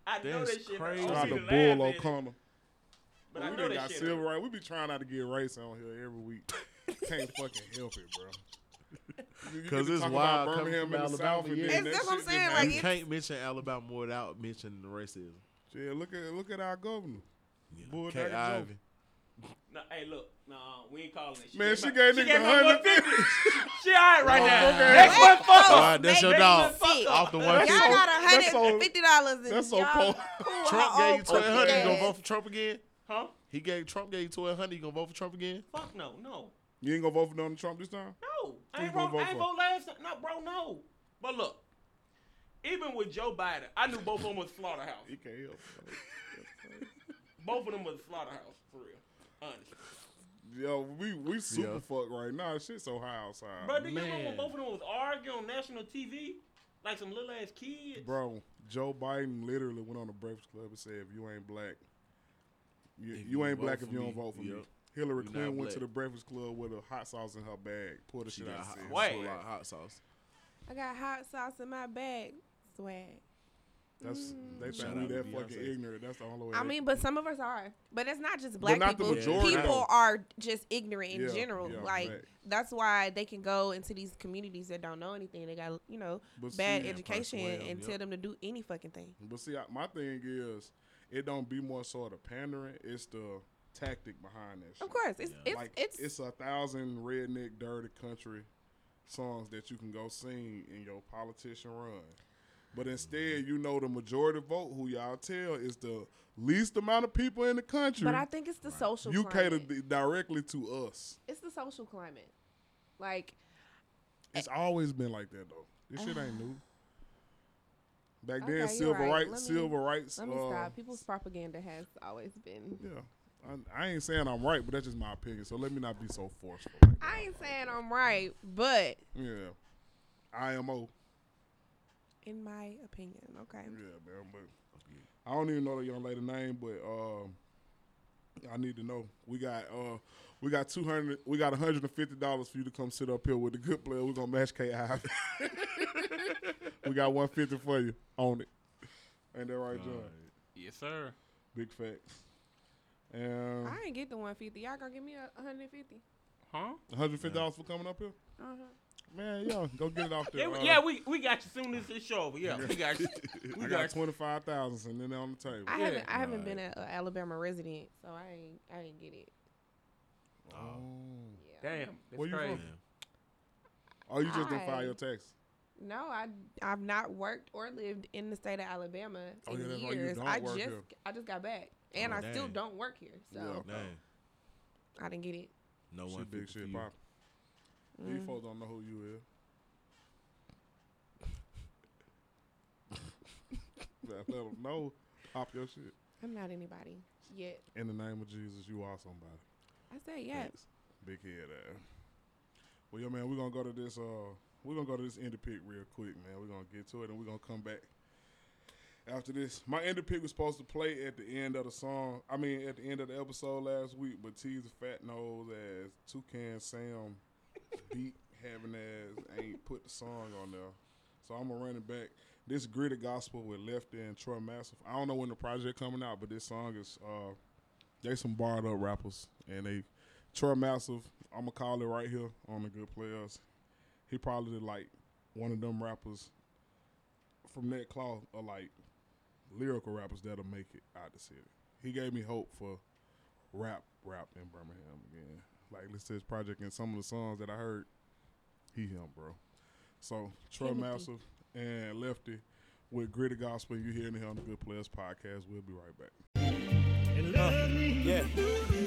C: I know
D: That's
C: that shit. Crazy.
D: crazy. Trying
B: Tried
D: see
B: to
D: the
B: bull O'Connor.
C: But
B: Well,
C: I
B: we
C: know
B: done
C: that
B: got
C: shit.
B: silver
C: hurt.
B: right. We be trying not to get race on here every week. Can't fucking help it, bro. You- you get
D: Cause
B: to
D: it's
B: talk
D: wild
B: about
D: coming
B: Birmingham
D: from
B: in the
D: Alabama,
B: South, and
D: yeah.
B: then
E: That's
B: that
E: what I'm
B: shit
E: saying,
B: just
E: like,
B: happen.
D: you
E: it's-
D: can't mention Alabama without mentioning the racism.
B: Yeah, look at look at our governor.
D: Yeah.
B: Boy,
D: K.
B: that joke.
D: Ivey.
C: No, hey, look, no, we ain't calling it. She
B: Man, she
C: my-
B: gave nigga Oh,
C: my
B: 150.
C: 150. she alright right now.
B: Motherfucker.
C: Next
E: That
C: motherfucker.
E: folks
D: Alright, that's your
E: make
D: dog.
E: me sick.
D: Off the
E: Y'all
D: one
B: That's so-
E: got a
B: that's so-
E: hundred fifty dollars. and
B: that's so
E: y'all
B: cold.
E: cool,
D: Trump
E: how
D: gave you
E: old
D: twelve hundred. You
E: people
D: gonna
E: is.
D: vote for Trump again?
C: Huh?
D: He gave Trump gave you twelve hundred. You gonna vote for Trump again?
C: Fuck no, no,
B: You ain't gonna vote for Donald Trump this time?
C: no.
B: Who
C: I ain't
B: you gonna
C: vote. I
B: vote
C: ain't
B: for?
C: vote last time. No, bro, no. But look, even with Joe Biden, I knew both of them was slaughterhouse.
B: He can't help. it.
C: Both of them was slaughterhouse for real. Honestly.
B: Yo, we we super
D: Yeah.
B: fucked right now. Shit so high outside,
C: Bro, do you remember
D: man.
C: when both of them was arguing on national TV? Like some little ass kids.
B: Bro, Joe Biden literally went on the Breakfast Club and said, "If you ain't black, you,
D: If
B: you
D: you
B: ain't
D: vote
B: black
D: for
B: if you
D: me,
B: don't vote for me."
D: yep,
B: Hillary
D: you not
B: Clinton went
D: black.
B: to the Breakfast Club with a hot sauce in her bag, pulled the
D: She
B: shit
D: got
B: out.
D: hot,
B: and said,
C: Wait.
D: she got hot sauce.
E: I got hot sauce in my bag. Swag.
B: That's they
D: Shout
B: think we
D: out to
B: that fucking
D: Beyonce.
B: ignorant. That's the only way.
E: I
B: they-
E: mean, but some of us are. But it's not just black
B: not the
E: people.
B: majority,
E: people
B: though.
E: are just ignorant in
B: Yeah,
E: general.
B: yeah,
E: like
B: right.
E: that's why they can go into these communities that don't know anything. They got you know
B: But
E: bad
B: see-
E: education
D: Yeah,
E: and,
D: personnel,
E: tell
D: yep.
E: them to do any fucking thing.
B: But see, I, my thing is, it don't be more sort of pandering. It's the tactic behind that. Shit.
E: Of course, it's
D: Yeah.
E: it's,
B: like
E: it's
B: a thousand redneck dirty country songs that you can go sing in your politician run. But instead, you know the majority vote who y'all tell is the least amount of people in the country.
E: But I think it's the social.
B: you
E: climate.
B: cater di- directly to us.
E: It's the social climate. Like
B: It's
E: Eh.
B: always been like that though. This shit ain't new. Back
E: Okay,
B: then,
E: you're
B: civil
E: right.
B: rights,
E: Let me-
B: civil rights.
E: let me
B: uh,
E: stop. People's propaganda has always been.
B: Yeah, I, I ain't saying I'm right, but that's just my opinion. So let me not be so forceful.
E: I ain't saying I'm right, but
B: Yeah, IMO.
E: in my opinion, okay.
B: Yeah, man. But I don't even know the young lady name, but um, I need to know. We got uh, we got two hundred. We got one hundred and fifty dollars for you to come sit up here with the good player. We're gonna match K I. we got one fifty for you on it. Ain't that right, John?
C: Yes, sir.
B: Big facts. And
E: I ain't get the 150. Y'all gonna give me a 150?
C: Huh?
B: one hundred fifty dollars for coming up here.
E: Uh-huh.
B: Man, yo, go get it off there.
C: Yeah, we,
B: uh,
C: yeah, we we got you soon as this show over. Yeah, we got you. We
B: I got
C: got you.
B: twenty five thousand and then on the table.
E: I
C: Yeah.
E: haven't. I haven't
D: Nah,
E: been a, a Alabama resident, so I ain't. I ain't get it.
B: Oh.
E: Yeah.
C: Damn, that's
B: Where you
C: crazy.
B: from? Oh, you just didn't
E: Hi.
B: file your tax.
E: No, I I've not worked or lived in the state of Alabama
B: Oh,
E: in
B: yeah, that's why you
E: years.
B: don't
E: I
B: work
E: just
B: here.
E: I just got back, and
D: Oh,
E: I still
D: dang.
E: don't work here, so
B: Yeah.
D: Dang.
E: I didn't get it.
D: No
B: She
D: one
B: big
D: for
B: shit
D: you.
B: pop. These folks don't know who you is. Let them know. Pop your shit.
E: I'm not anybody yet.
B: In the name of Jesus, you are somebody.
E: I say yeah.
B: Thanks. Big head ass. Well, yo, man, we're gonna go to this. Uh, we're gonna go to this end pick real quick, man. We're gonna get to it, and we're gonna come back after this. My end pick was supposed to play at the end of the song. I mean, at the end of the episode last week, but T's fat nose ass toucan Sam beat having ass ain't put the song on there. So I'm gonna run it back. This gritty gospel with Lefty and Troy Massive. I don't know when the project coming out, but this song is uh they some barred up rappers and they Troy Massive, I'ma call it right here on the good players. He probably like one of them rappers from that cloth are like lyrical rappers that'll make it out the city. He gave me hope for rap rap in Birmingham again. Like listen to his project and some of the songs that I heard, he him, bro. So Troy
E: Timothy.
B: Massive and Lefty with Gritty Gospel, you hearing it here on the Good Players Podcast. We'll be right back.
F: Yeah,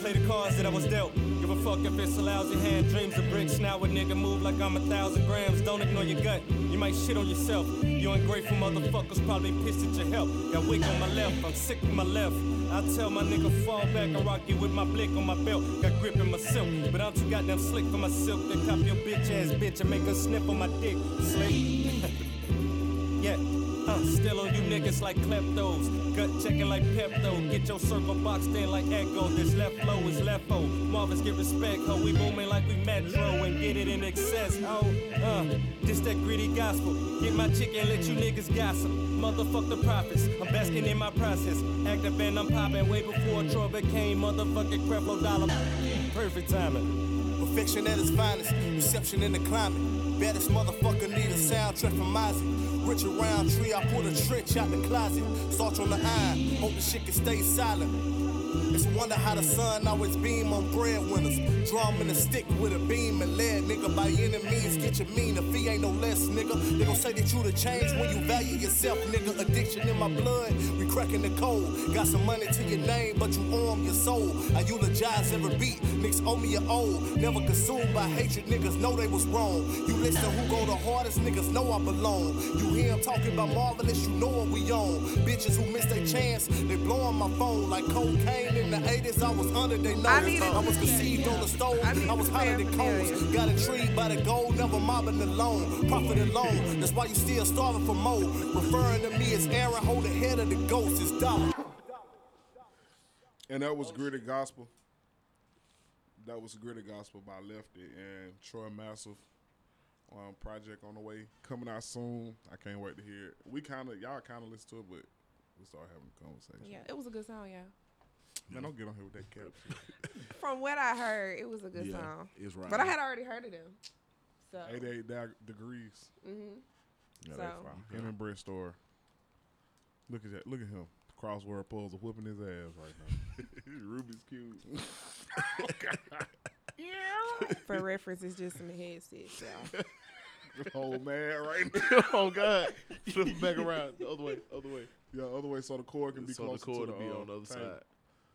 F: play the cards that I was dealt. Give a fuck if it's a lousy hand. Dreams of bricks. Now a nigga move like I'm a thousand grams. Don't ignore your gut. You might shit on yourself. You ungrateful motherfuckers probably pissed at your help. Got wig on my left. I'm sick with my left. I tell my nigga fall back and rock it with my blick on my belt. Got grip in my silk, but I'm too goddamn slick for my silk. Then cop your bitch ass bitch and make her sniff on my dick. Slick. Yeah, uh, still on you niggas like kleptos. Gut checking like Pepto. Get your circle boxed in like Echo. This left low is left o. Marvin's get respect, ho. We booming like we metro and get it in excess, ho. Uh, this that greedy gospel. Get my chicken, let you niggas gossip. Motherfuck the profits. I'm basking in my process. Active and I'm popping way before Troy became motherfucking Creflo Dollar. Perfect timing. Perfection at its finest, reception in the climate. Baddest motherfucker need a soundtrack from Isaac. Richard Roundtree, I pulled a trench out the closet. Starch on the iron, hope the shit can stay silent. It's a wonder how the sun always beam on breadwinners. Draw 'em in a stick with a beam and lead, nigga. By any means, get your mean. A fee ain't no less, nigga. They gon' say that you the change when you value yourself, nigga. Addiction in my blood, we cracking the code. Got some money to your name, but you arm your soul. I eulogize every beat, niggas owe me your old. Never consumed by hatred, niggas know they was wrong. You listen who go the hardest, niggas know I belong. You hear 'em talking about marvelous, you know what we on. Bitches who miss their chance, they blowin' my phone like cocaine in the 80s. I was under, they know
E: I
F: this.
E: need it.
F: I was conceived on the stove,
E: I need
F: I was
E: to
F: hotter
E: be
F: than
E: familiar.
F: cones. Got intrigued by the gold, never mobbing the loan. Profit alone, that's why you still starving for more. Referring to me as Aaron, hold the head of the ghost, it's dollar.
B: And that
E: Oh,
B: was Gritty Gospel. That was Gritty Gospel by Lefty and Troy Massive. Um, project on the way, coming out soon. I can't wait to hear it. We kind of, y'all kind of listen to it, but we start having a conversation.
E: Yeah, it was a good song, yeah.
B: Man, don't get on here with that cap. shit.
E: From what I heard, it was a good
D: Yeah,
E: song.
D: it's right.
E: But I had already heard of them. So
B: 88 di- degrees.
D: Yeah,
E: Mm-hmm. so
D: they fine.
B: Him and Brent Store. Look at that. Look at him. Crossword puzzle whipping his ass right now. Ruby's cute.
E: for reference, it's just in the headset. So
B: Old man right now.
D: oh God! Flip it back around the other way, other way.
B: Yeah, other way so the cord can be
D: so the
B: closer
D: cord
B: to
D: will be
B: uh,
D: on the other
B: tank.
D: side.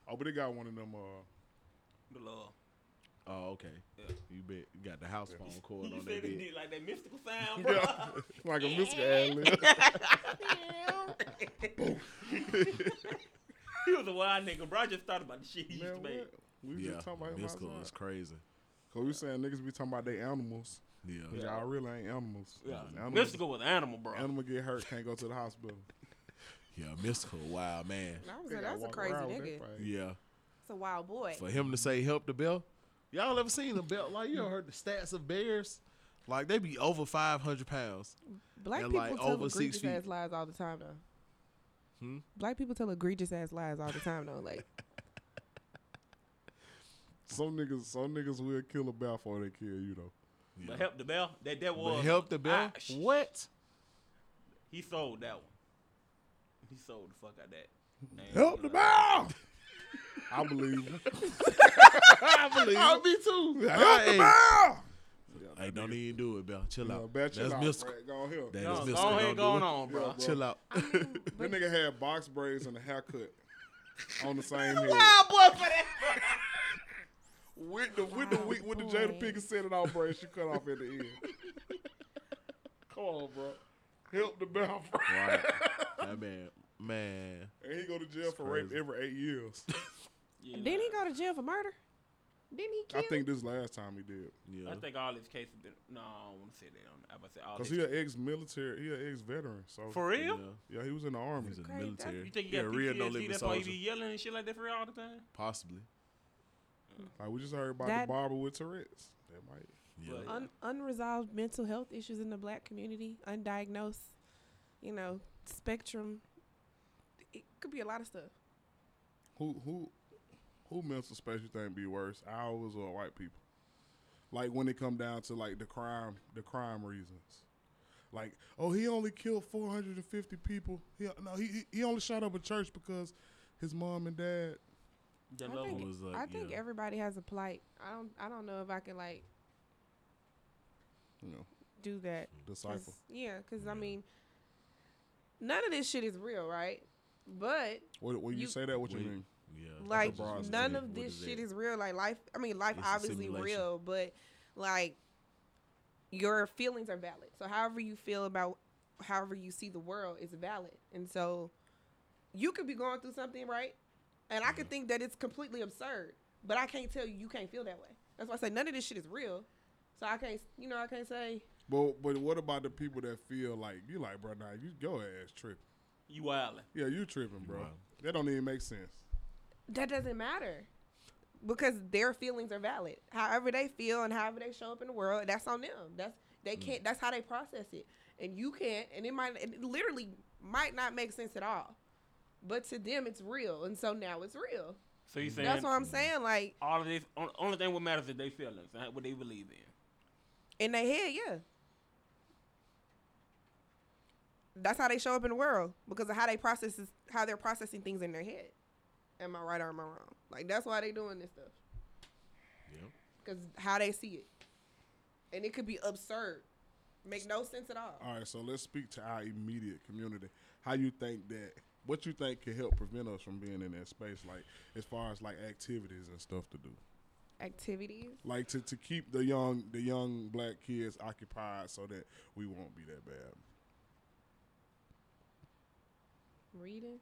B: Oh, but they got one of them. Uh,
C: The love.
D: Oh, okay. You bet. You got the house phone cord
C: You
D: on
C: said
D: that
C: they
D: bitch.
C: did like that mystical sound, bro.
B: Yeah. like a Mr. Adlib.
C: he was a wild nigga, bro. I just thought about the shit he used
B: Man,
C: to make.
B: what? We
D: Yeah,
B: just talking about him
D: mystical
B: outside.
D: is crazy.
B: Cause we saying niggas be talking about they animals.
D: Yeah,
B: But y'all really ain't animals.
C: Yeah.
B: Animals,
C: Mystical was an animal, bro.
B: Animal get hurt, can't go to the hospital.
D: yeah, mystical, wild man.
E: I was
B: They
E: like,
B: gotta
E: that's a
B: walk
E: crazy
B: around with
E: nigga.
B: that thing.
D: Yeah,
E: It's a wild boy.
D: for him to say help the bell, y'all ever seen a belt like you ever heard the stats of bears? Like they be over five hundred pounds.
E: Black
D: they're,
E: people
D: like,
E: tell
D: over six
E: egregious
D: feet. Hmm?
E: ass lies all the time though. Black people tell egregious ass lies all the time though. Like
B: Some niggas, some niggas will kill a bear before they kill you though.
C: But help the bell. That that
D: But
C: was
D: help the bell.
C: I- sh-
D: what?
C: He sold that one. He sold the fuck out that. Ain't
B: Help the
C: gonna
B: bear!
C: lie.
B: I believe. him.
D: I believe.
B: me too. Help
D: All right,
B: the
D: hey.
B: bear! Yeah,
D: Hey, don't even do it, Bill. Chill
B: Yeah,
D: out.
B: bet you
D: That's
B: not,
D: mystical.
B: Brad. Go on here.
D: That
C: Go
D: is
C: on,
D: mystical.
C: go ahead,
D: Don't do
C: go
D: it.
C: on, bro.
D: Chill out.
B: That nigga had box braids and a haircut on the same head.
C: Wild boy for that.
B: With the with the
E: Wow,
B: with the
E: boy.
B: Jada Pinkett said it all braids she cut off at the end. Come on, bro. Help the bound bro.
D: Right. That man, man.
B: And he go to jail for rape
D: crazy.
B: every eight years.
E: Didn't he go to jail for murder? Didn't he kill?
B: I think this last time he did.
D: Yeah.
C: I think all his cases been. No, I don't want to say that. I'm- I'm about to say all
B: Cause
C: his-
B: he an ex military, he an ex veteran. So
C: for real?
D: Yeah.
B: yeah, he was in the army.
D: He's in the
E: Great, that-
D: military.
C: You think he
D: Yeah,
C: got
D: real
C: PTSD?
D: no-limit
C: that's why he
D: soldier.
C: be yelling and shit like that for real all the time.
D: Possibly.
B: Like we just heard about the
E: That-
B: barber with Tourette's. That might.
D: Yeah.
C: But-
E: Un- unresolved mental health issues in the black community, undiagnosed, you know, spectrum. It could be a lot of stuff.
B: Who who who mental space you think be worse, ours or white people? Like when it come down to like the crime, the crime reasons. Like, oh, he only killed 450 people. He, no, he he- he only shot up a church because his mom and dad.
C: The
E: I
C: level.
E: think,
D: was like,
E: I think
D: yeah.
E: everybody has a plight. I don't. I don't know if I can like
B: You know,
E: do that. 'Cause-
B: disciple.
E: yeah, because I mean, none of this shit is real, right? But
B: When, when you,
E: you-
B: say that, what you
D: Wait.
B: mean?
D: Yeah.
E: like
B: broad
E: none
B: statement.
E: of this shit
D: is.
E: is real. Like life, I mean, life
D: It's a
E: obviously
D: simulation.
E: real, but like your feelings are valid. So however you feel about however you see the world is valid, and so you could be going through something, right? And I could think that it's completely absurd, but I can't tell you you can't feel that way. That's why I say none of this shit is real. So I can't, you know, I can't say
B: But but what about the people that feel like you like, bro? Nah, you go ass tripping.
C: You wildin'.
B: Yeah, you tripping, bro.
D: wild.
B: That don't even make sense.
E: that doesn't matter because their feelings are valid however they feel and however they show up in the world that's on them that's they can't that's how they process it and you can't and it might and it literally might not make sense at all but to them it's real and so now it's real
C: So
D: Mm-hmm.
C: you saying
E: that's what i'm saying like
C: all of this? On, only thing what matters is their feelings and what they believe in.
E: in their head yeah that's how they show up in the world because of how they process is how they're processing things in their head am i right or am i wrong like that's why they doing this stuff because how they see it, and it could be absurd, make no sense at all.
B: All right, so let's speak to our immediate community. How you think that? What you think can help prevent us from being in that space? Like as far as like activities and stuff to do,
E: Activities.
B: like to, to keep the young the young black kids occupied so that we won't be that bad.
E: Reading.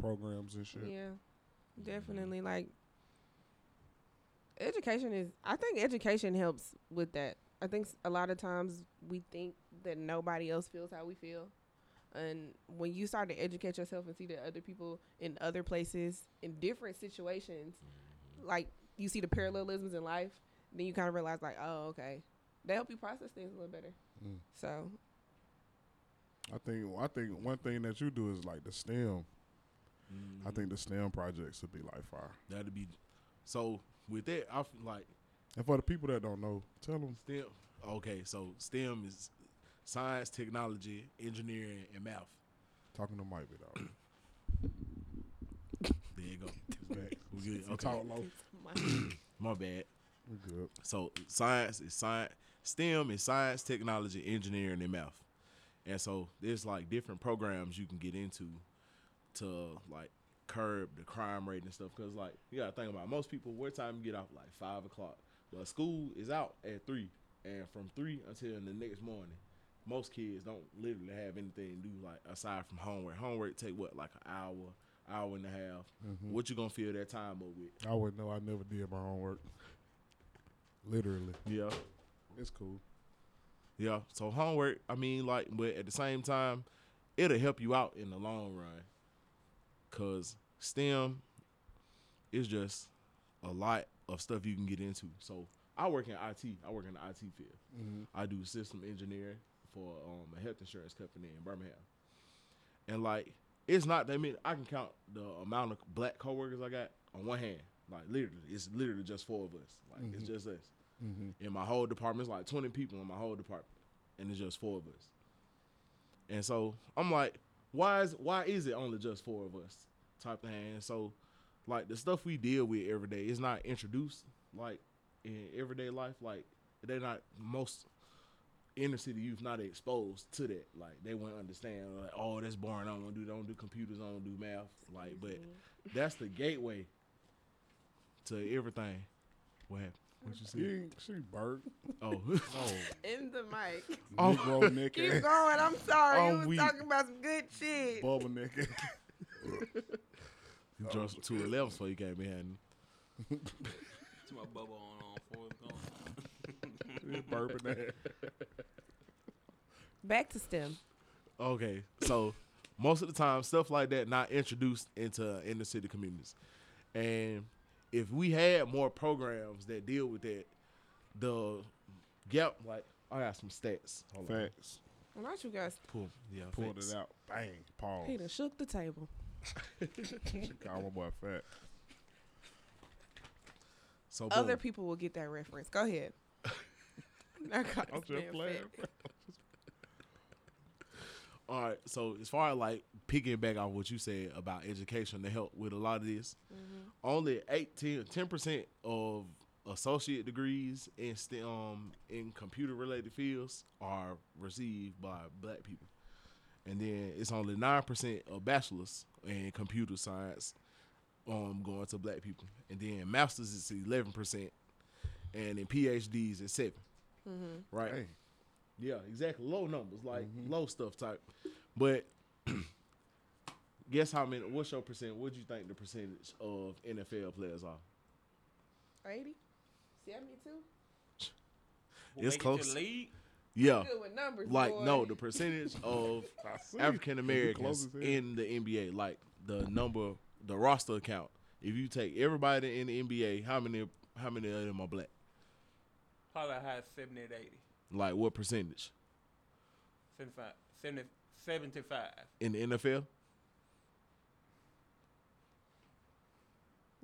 B: Programs and shit.
E: Yeah. Definitely like education is I think education helps with that. I think s- a lot of times we think that nobody else feels how we feel. And when you start to educate yourself and see that other people in other places in different situations like you see the parallelisms in life, then you kind of realize like, oh, okay. They help you process things a little better.
B: Mm.
E: So,
B: I think I think one thing that you do is like the STEM. I think the STEM projects would be like fire.
D: Mm-hmm. That'd be. So with that, I feel like
B: And for the people that don't know, tell them
D: STEM. Okay, so STEM is science, technology, engineering, and math.
B: talking to Mike dog.
D: There you go.
B: Back.
D: We good.
B: We
D: Okay.
B: talk low.
D: My bad.
B: We good.
D: So science is science. STEM is science, technology, engineering, and math. And so there's like different programs you can get into to like curb the crime rate and stuff. Cause like you gotta think about it. most people. What time you get off? Like five o'clock. Well, school is out at three, and from three until the next morning, most kids don't literally have anything to do like aside from homework. Homework take what like an hour, hour and a half. What you gonna fill that time up with?
B: I would know. I never did my homework. Literally,
D: Yeah.
B: it's cool.
D: Yeah. So homework, I mean, like, but at the same time, it'll help you out in the long run. Cause STEM is just a lot of stuff you can get into. So I work in IT. I work in the IT field. I do system engineering for um, a health insurance company in Birmingham. And like, it's not that many. I can count the amount of black coworkers I got on one hand. Like literally, it's literally just four of us. Like it's just us. In my whole department, it's like twenty people in my whole department, and it's just four of us. And so I'm like, why is why is it only just four of us type thing? And so, like the stuff we deal with every day is not introduced like in everyday life. Like They're not most inner city youth not exposed to that. Like they wouldn't understand. Like, oh, that's boring. I don't want to do. I don't do computers. I don't do math. Like, but that's the gateway to everything. What happened? What you see?
B: She, she burnt.
D: Oh,
E: In the mic.
B: Negro neck
E: Keep
B: ass.
E: going. I'm sorry.
B: I'm
E: you was
B: weak.
E: talking about some good shit.
B: Bubble neck ass.
D: you drove some two eleven before you came in.
C: It's my bubble on on Forrest Gump.
B: Burping ass.
E: Back to STEM.
D: Okay, so most of the time, stuff like that not introduced into inner city communities, and if we had more programs that deal with that, the gap like I got some stats. Hold on.
B: Facts.
E: Why don't you guys?
D: Pull, yeah,
B: Pulled
D: facts.
B: it out. Bang. Pause.
E: Peter shook the table.
B: Call my boy fat.
D: So
E: Other
D: boom.
E: people will get that reference. Go ahead. Not gonna
B: I'm just
E: stand
B: playing.
E: fat.
D: All right. So as far as like picking back off what you said about education to help with a lot of this, only 18, 10 percent of associate degrees in STEM um, in computer related fields are received by black people, and then it's only nine percent of bachelors in computer science um going to black people, and then masters is eleven percent, and then PhDs is 7 Right.
B: Dang.
D: Yeah, exactly. Low numbers, like
B: Mm-hmm.
D: low stuff type. But guess how many? What's your percent? What do you think the percentage of NFL players are?
E: 80? 72?
C: We'll make
D: It's
C: it to
D: close.
C: the league.
D: Yeah,
E: Good with numbers.
D: Oh. like
E: boy.
D: no, the percentage of
B: I see.
D: African Americans
B: Close as hell.
D: in the NBA, like the number, the roster account. If you take everybody in the NBA, how many, how many of them are black?
C: Probably high 70 to 80.
D: Like what percentage
C: 75. 70, 75.
D: in the NFL?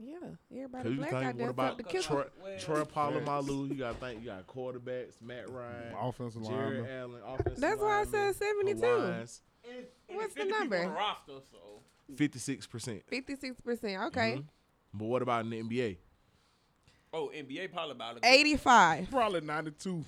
E: Yeah, everybody
D: Because you
E: Uh, black out
D: think
E: there
D: what
E: about
D: about
E: the killer.
D: Troy,
C: Well-
D: Troy Polamalu? You got to think you got quarterbacks, Matt Ryan,
B: Offensive
D: Jared
B: lineman.
D: Allen, offensive
E: That's why I said 72.
D: seventy-two.
C: And- and
E: What's
C: 50
E: the
C: people on
E: number?
C: the roster, so.
D: Fifty-six percent.
E: 56%. Okay.
D: But what about in the NBA?
C: Oh, NBA probably about a good-
E: 85.
B: Probably 92.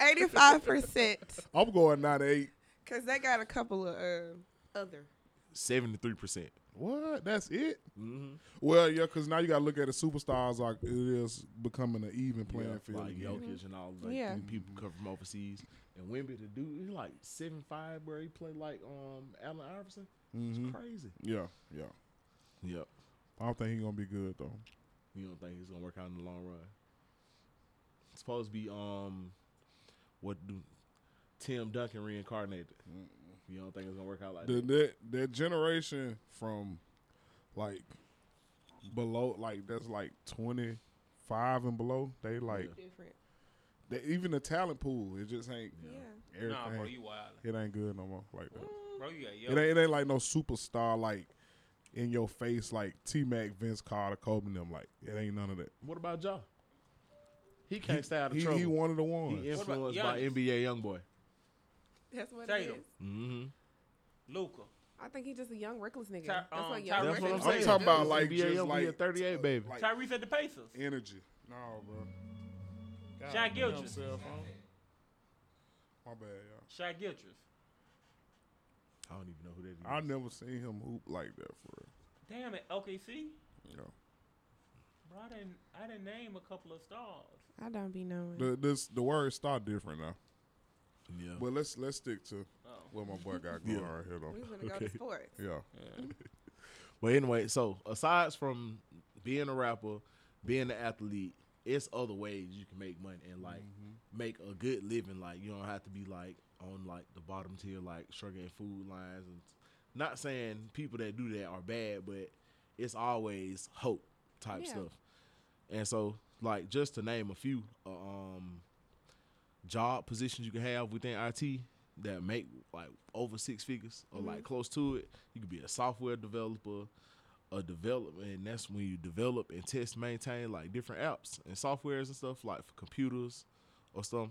E: 85%.
B: I'm going 98.
E: Because they got a couple of uh, other.
D: Seventy-three percent.
B: What? That's it?
D: Mm-hmm.
B: Well, yeah, because now you got to look at the superstars like it is becoming an even playing field.
D: Like
B: again.
D: Jokic and all like
E: Yeah.
D: these people come from overseas. And Wimby, the dude, he like seven five, where he play like um Allen Iverson.
B: Mhm.
D: It's crazy.
B: Yeah, yeah.
D: Yep.
B: I don't think he's going to be good, though.
D: You don't think he's gonna work out in the long run? It's supposed to be um, what do Tim Duncan reincarnated? You don't think it's gonna work out like
B: The,
D: that?
B: that, that generation from like below, like that's like 25 and below, they like,
E: Different.
B: they, even the talent pool, it just ain't,
E: Yeah.
B: everything.
C: Nah, bro, you wild.
B: it ain't good no more like that.
C: Bro, you got
B: It
C: young.
B: ain't, it ain't like no superstar like in your face like T Mac, Vince Carter, Kobe, and them like it ain't none of that.
D: What about Ja? He can't stay out of
B: He,
D: trouble.
B: he one of the ones.
D: He
C: What about
D: influenced by
C: Giannis?
D: NBA YoungBoy.
E: That's what it
C: Tatum.
E: is.
D: Mm-hmm.
C: Luca.
E: I think he's just a young, reckless nigga.
C: Ty-
E: That's
C: um,
E: what young
C: Tyrese
D: That's what I'm
E: reckless
B: I'm
D: saying.
E: niggas
B: talking
E: do.
B: about like
D: NBA
B: just
D: YoungBoy
B: like-
D: at 38, baby.
B: Like
C: Tyrese at the Pacers.
B: energy. No, bro. God
C: Shaq
B: damn
C: Gilgeous.
B: cell phone. My bad, y'all.
C: Shaq Gilchrist.
D: I don't even know who that is.
B: I never seen him hoop like that for
C: Damn it, OKC.
B: real. You know.
C: Bro, I didn't, I didn't name a couple of stars.
E: I don't be knowing.
B: The this the words start different now.
D: Yeah.
B: But let's let's stick to
C: Oh.
B: what my boy got going
D: Yeah.
B: on right here
E: We're
B: though.
E: going to go to sports.
B: Yeah.
D: But anyway, so aside from being a rapper, being an athlete, it's other ways you can make money and like make a good living. Like you don't have to be like on like the bottom tier, like sugar and food lines. And not saying people that do that are bad, but it's always hope type
E: Yeah.
D: stuff. And so, like just to name a few, uh, um, job positions you can have within IT that make like over six figures or like close to it. You could be a software developer, a development, and that's when you develop and test, maintain like different apps and softwares and stuff like for computers or stuff.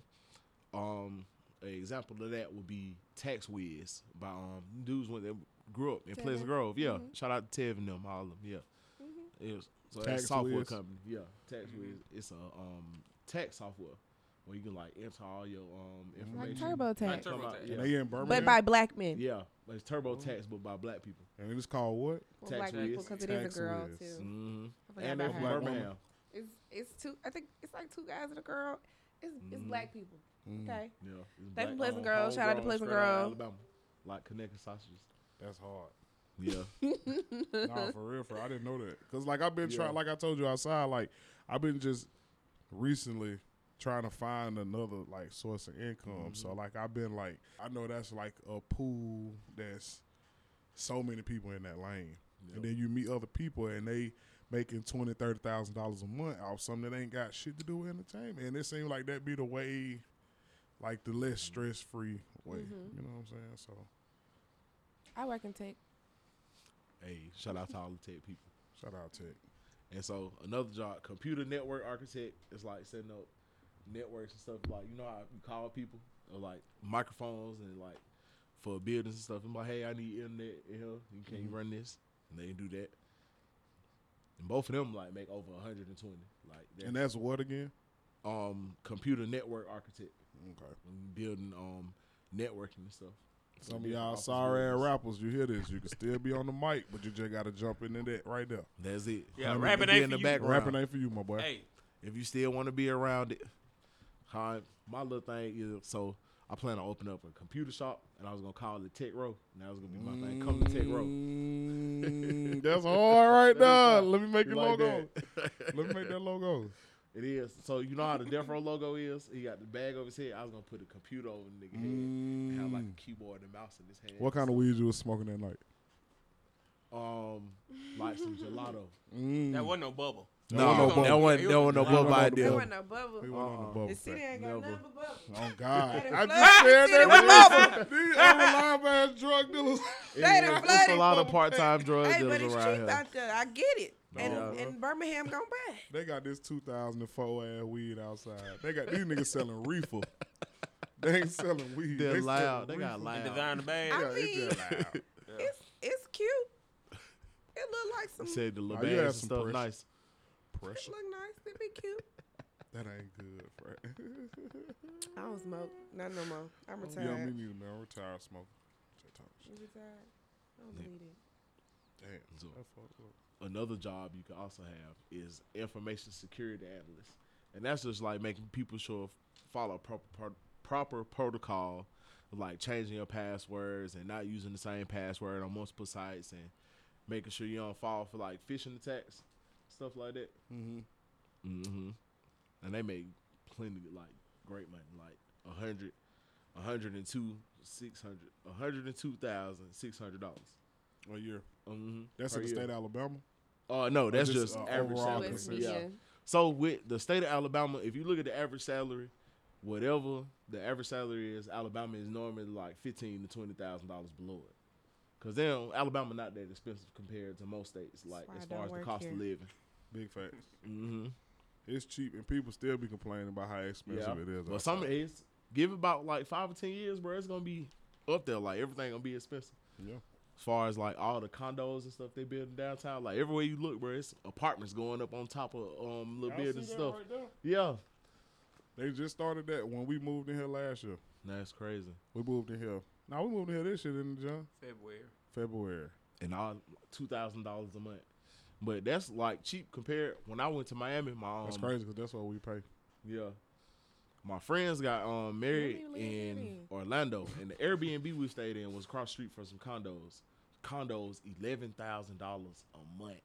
D: Um, an example of that would be Tax Wiz by um dudes when they grew up in Pleasant Grove. Yeah, shout out to Tev and them, all of them. Yeah, it was so that's
B: Tax
D: software
B: Wiz.
D: company. Yeah, Tax Wiz. It's a um tax software where you can like enter all your um
E: Like
D: information.
C: Like
E: TurboTax,
C: Turbo
D: Come out,
C: Tax.
D: yeah.
B: And they in Birmingham.
E: but by black men.
D: yeah, but it's TurboTax, but by black people.
B: and it is called what?
E: Well,
D: Tax
E: black people,
D: whiz.
E: because it is
B: Tax
E: a girl
B: whiz.
E: too.
D: Mm-hmm.
E: I forgot
D: And they're
E: about
D: from
E: her.
B: Black woman.
D: Birmingham.
E: It's it's two. I think it's like two guys and a girl. It's it's black people.
B: Mm,
E: Okay.
D: Yeah, it's
E: They
D: black-
E: from Pleasant
D: uh,
E: Grove. Shout out to
D: homegrown,
E: Pleasant
D: straight outta
E: Grove.
D: Alabama. Like Connecticut sausages.
B: That's hard.
D: Yeah.
B: nah, for real, for real. I didn't know that. Cause like I've been
D: Yeah.
B: trying, like I told you outside, like I've been just recently trying to find another like source of
D: Mm-hmm.
B: income. So like I've been like, I know that's like a pool that's so many people in that lane,
D: Yep.
B: and then you meet other people and they making twenty, thirty thousand dollars a month off something that ain't got shit to do with entertainment. And it seems like that be the way, like the less stress free way. You know what I'm saying? So
E: I work in tech.
D: hey, shout out to all the tech people.
B: shout out Tech.
D: And so another job, computer network architect, is like setting up networks and stuff. Like you know how you call people or like microphones and like for buildings and stuff. I'm like, hey, I need internet. You know, you can
B: Mm-hmm.
D: you run this? And they do that. And both of them like make over 120. Like that.
B: And that's what again?
D: um computer network architect,
B: Okay.
D: and building um networking and stuff.
B: Some of
D: different
B: y'all
D: office
B: sorry ass
D: buildings.
B: rappers, you hear this, you can still be on the mic, but you just gotta jump into that right there.
D: That's it.
C: Yeah,
D: Hundred
C: rapping
D: be
C: ain't
D: in
C: for
D: the
C: you.
D: background.
B: Rapping ain't for you, my boy.
C: Hey,
D: if you still want to be around it. Hi, my little thing is so I plan to open up a computer shop and I was gonna call it Tech Row. And that was gonna be my thing. Come to Tech Row.
B: Mm, that's hard right there. Let me make
D: You
B: a
D: like
B: logo.
D: that?
B: Let me make that logo.
D: it is. So you know how the Death Row logo is? He got the bag over his head. I was gonna put a computer over the nigga head and have like a keyboard and mouse in his hand.
B: Mm. What kind of weed you was smoking that night?
D: um like some gelato?
C: that wasn't no bubble.
B: No,
C: bubble.
D: that wasn't that wasn't
C: It
D: no bubble
B: wasn't
E: There
D: idea.
E: wasn't no bubble.
B: We went
D: Uh-uh.
B: on the bubble.
E: The city ain't got
D: Never.
E: nothing but bubble.
B: Oh God!
E: They done
B: I just
E: flooded
B: said
E: the city with
B: that.
E: bubble.
B: These other live ass drug dealers.
D: It
E: They
D: is.
E: done
D: It's a
E: flooded
D: lot of
E: bubble.
D: part-time drug
E: Hey, but
D: dealers
E: it's cheap
D: around here.
E: out there. I get it. and,
D: yeah.
E: and Birmingham gone back.
B: They got this 2004 ass weed outside. They got these niggas selling reefer. They ain't selling weed.
D: They're
B: they selling
D: loud. They got
B: reefer.
C: And
D: loud.
C: design the bag.
E: I
B: Yeah, it's just loud.
E: It's it's cute. It look like some.
D: Said the
B: Nah,
D: little
B: you
D: bags
B: had
D: and
B: some
D: stuff
B: pressure.
D: nice.
E: It
B: Pressure.
E: look nice. It be cute.
B: That ain't good, friend.
E: I don't smoke. Not no more. Oh, I'm retired.
B: yeah, me neither, man. I'm retired smoker. Just talking shit.
E: I'm retired. I don't believe it.
B: Damn.
D: So-
B: That fucked up.
D: another job you can also have is information security analyst, and that's just like making people sure follow proper pro- proper protocol, like changing your passwords and not using the same password on multiple sites, and making sure you don't fall for like phishing attacks, stuff like that. Mm-hmm. Mm-hmm. And they make plenty like great money, like a hundred. a hundred and two six hundred, a hundred and two thousand six hundred dollars.
B: A year.
D: Mm-hmm.
B: That's in the state of Alabama.
D: Uh, no, that's
B: just,
D: just,
B: uh,
D: average
B: overall
D: salary.
B: consensus.
D: Yeah.
E: Yeah.
D: So with the state of Alabama, if you look at the average salary, whatever the average salary is, Alabama is normally like fifteen to twenty thousand dollars below it. Cause they don't Alabama not that expensive compared to most states, like
E: why I
D: as
E: don't
D: far as the
E: work
D: cost
E: here.
D: of living.
B: Big facts.
D: Mm-hmm.
B: It's cheap, and people still be complaining about how expensive
D: Yeah.
B: it is.
D: But some
B: outside.
D: it's give it about like five or ten years, bro. It's gonna be up there. Like everything gonna be expensive.
B: Yeah.
D: As far as like all the condos and stuff they build downtown, like everywhere you look, bro, it's apartments going up on top of um
B: Y'all
D: little
B: see
D: buildings
B: that
D: and stuff.
B: right there?
D: Yeah.
B: They just started that when we moved in here last year.
D: That's crazy.
B: We moved in here. Now we moved in here this year, didn't we, John?
C: February.
B: February.
D: and all two thousand dollars a month. But that's like cheap compared. When I went to Miami, my um,
B: That's crazy because that's what we pay.
D: Yeah, my friends got um married
E: Let me
D: in
E: live in.
D: Orlando, and the Airbnb we stayed in was across the street from some condos. Condos eleven thousand dollars a month.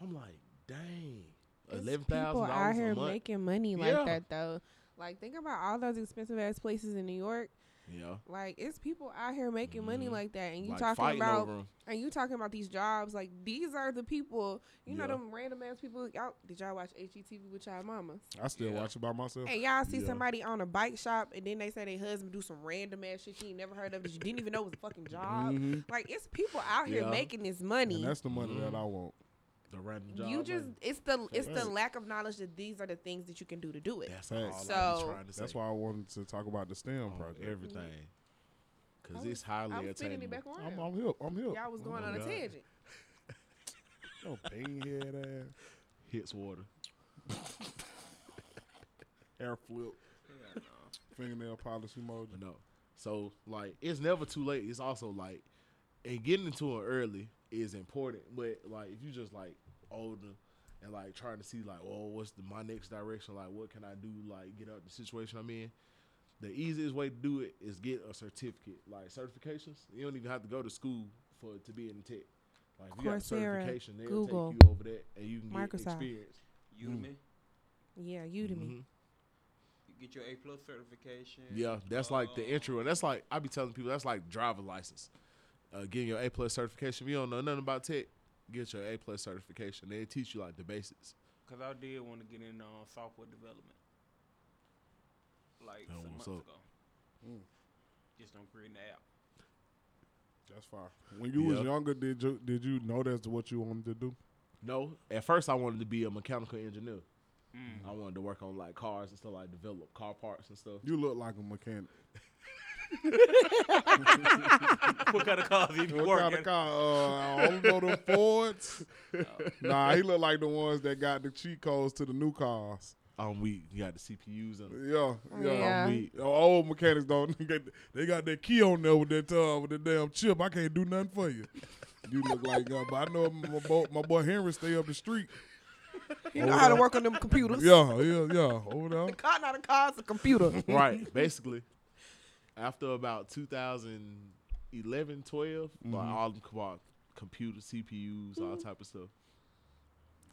D: I'm like, dang, eleven thousand
E: People out
D: dollars
E: here
D: a month.
E: making money like
D: Yeah.
E: that though. Like think about all those expensive ass places in New York.
D: yeah,
E: Like it's people out here making money
D: Mhm.
E: like that, and you
D: like
E: talking
D: fighting
E: about
D: over 'em.
E: and you talking about these jobs. Like these are the people. You know
D: Yeah.
E: them random ass people. Y'all did y'all watch HGTV with y'all mamas?
B: I still
C: Yeah.
B: watch it by myself.
E: And y'all see
D: Yeah.
E: somebody on a bike shop, and then they say their husband do some random ass shit you ain't never heard of that you didn't even know was a fucking job.
B: Mhm.
E: Like it's people out here
D: Mm-hmm. Yeah.
E: making this
B: And
E: money.
B: that's the money
D: Mm-hmm.
B: that I want.
D: the random job.
E: You just it's the it's the
B: Facts.
E: lack of knowledge that these are the things that you can do to do it.
D: that's
B: Facts.
D: all I was
E: So-
D: trying to say.
B: That's why I wanted to talk about the STEM
D: on
B: project.
D: Oh, everything, because
E: I'm-
D: it's highly
E: I'm spinning it
D: attainable.
E: back around.
B: I'm, I'm hip. I'm hip.
E: Y'all was going
D: my
E: on a
D: God.
E: tangent.
B: No pinhead ass.
D: Hits water.
B: Air flip.
C: Yeah.
B: fingernail polish emoji.
D: But no. So like it's never too late. It's also like and getting into it early is important. But like if you just like older and like trying to see like, oh, what's the, my next direction? Like what can I do? Like get out of the situation I'm in. The easiest way to do it is get a certificate. Like certifications, you don't even have to go to school for it to be in tech. Like if you got a
E: Coursera,
D: certification, they'll
E: Google,
D: take you over that and you can get
E: Microsoft.
D: experience. Mm.
C: Udemy.
E: Yeah, Udemy.
D: Mhm.
C: You get your A plus certification.
D: Yeah, that's like the
C: Uh,
D: intro. And that's like I be telling people that's like driver license. Uh, getting your A plus certification. If you don't know nothing about tech, get your A plus certification. They teach you like the basics.
C: Cause I did want to get in on software development, like
D: Now,
C: some months
D: what's up?
C: ago.
B: Mm.
C: Just on creating the app.
B: That's fine. When you was
D: Yeah.
B: younger, did you did you know that's what you wanted to do?
D: No, at first I wanted to be a mechanical engineer.
C: Mm.
D: I wanted to work on like cars and stuff, like develop car parts and stuff.
B: You look like a mechanic.
F: What kind of cars you be
B: What kind
F: working?
B: of car? Uh, all of them Fords. Nah, he look like the ones that got the cheat codes to the new cars.
D: I'm weak. You Um, got the CPUs and
B: Yeah, yeah.
E: Oh, Yeah.
D: I'm weak.
B: The old mechanics don't. get- They got that key on there with that uh, with the damn chip. I can't do nothing for you. You look like, uh, but I know my boy, my boy Henry stay up the street.
E: You know how to work on them computers.
B: Yeah, yeah, yeah. Over there.
E: Car, not a car's a computer.
D: right. Basically, after about 2011, 12, like all them co- computer CPUs, all type of stuff.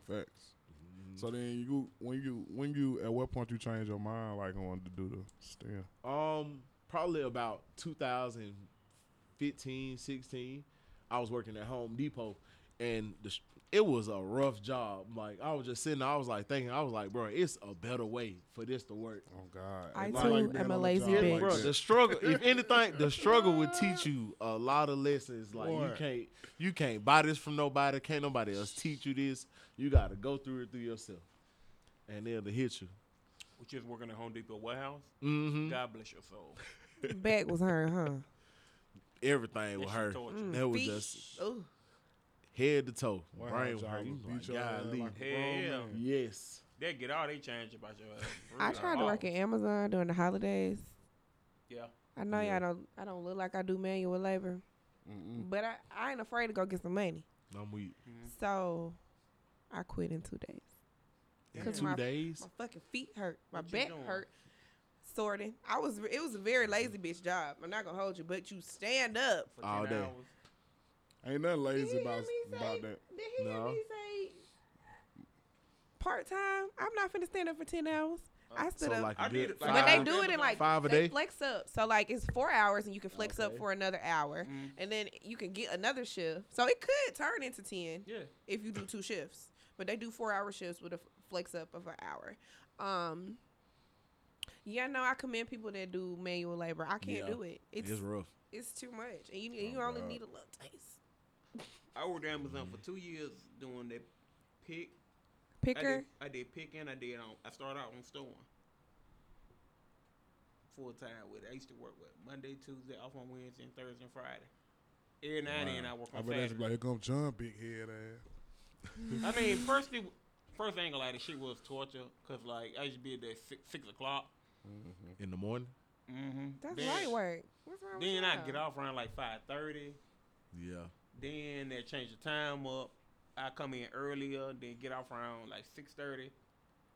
B: Facts. So then you when you when you at what point you change your mind like I wanted to do the stand.
D: Um, probably about 2015, 16. I was working at Home Depot, and the, sh- it was a rough job. Like I was just sitting, there, I was like thinking, I was like, bro, it's a better way for this to work.
B: Oh God.
E: I
B: It's
E: too
B: like being
E: am a
B: on a
E: lazy
B: job
E: bitch.
B: like
D: Bro,
B: that.
D: the struggle. If anything, the struggle would teach you a lot of lessons. Like you
B: Boy.
D: can't, you can't buy this from nobody. Can't nobody else teach you this. You got to go through it through yourself, and it'll hit you.
C: Which is working at Home Depot warehouse.
D: hmm
C: God bless your soul.
E: Back was her, huh?
D: Everything with
C: That's
D: her.
C: torture.
D: That was
E: Feet.
D: just
E: Mm, Ooh.
D: head to toe.
B: Why
D: brain
B: have
D: wash.
B: y'all
D: You
B: beat
D: like,
B: your ass
D: golly.
B: like a
C: Hell
B: grown
C: yeah.
B: Mm. man?
D: yes.
C: They get all they change about your uh, ass. For
E: I
C: real.
E: tried to work
C: Oh,
E: at Amazon during the holidays.
C: Yeah.
E: I know
D: Yeah.
E: y'all don't. I don't look like I do manual labor,
B: Mm-mm.
E: but I, I ain't afraid to go get some money.
D: I'm weak.
E: So, I quit in two days.
D: In
E: Cause
D: two
E: my-
D: days.
E: My fucking feet hurt. My
C: What you
E: back
C: doing?
E: hurt. Sorting. I was. It was a very lazy bitch job. I'm not gonna hold you, but you stand up.
C: For
D: All
C: 10
D: day.
C: hours.
B: Ain't nothing
E: Did
B: lazy
E: he hear
B: about,
E: me say?
B: about that.
E: Did he hear
D: No.
E: me say? Part time. I'm not finna stand up for ten hours. I stood
D: So
E: up.
D: like
C: I
D: a
C: did
D: good
C: it like
E: But they
D: five,
E: do it in like
D: five a
E: they
D: day.
E: flex up. So like it's four hours and you can flex up
D: Okay.
E: for another hour.
C: Mm.
E: And then you can get another shift. So it could turn into ten
C: Yeah.
E: if you do two shifts. But they do four hour shifts with a f- flex up of an hour. Um yeah, no, I commend people that do manual labor. I can't
D: Yeah.
E: do it.
D: It's,
E: It's it's,
D: rough.
E: too much, and you you
B: Oh,
E: only
B: God.
E: need a little taste.
C: I worked at Amazon
D: Mm.
C: for two years doing that pick.
E: Picker,
C: I did, I did picking. I did on. I started out on storing. Full time with. I used to work with Monday, Tuesday, off on Wednesday, and Thursday, and Friday. Every now and then I work
B: I
C: on
B: bet that's
C: Saturday.
B: like, here come John, big head ass.
C: I mean, firstly, first angle like the shit was torture because like I used to be at that six, six o'clock.
D: In the morning.
C: Mm-hmm.
E: that's
C: then,
E: light work. What's wrong?
C: Then
E: with
C: I
E: y'all?
C: get off around like five thirty.
D: Yeah.
C: Then they change the time up. I come in earlier, then get off around like six thirty.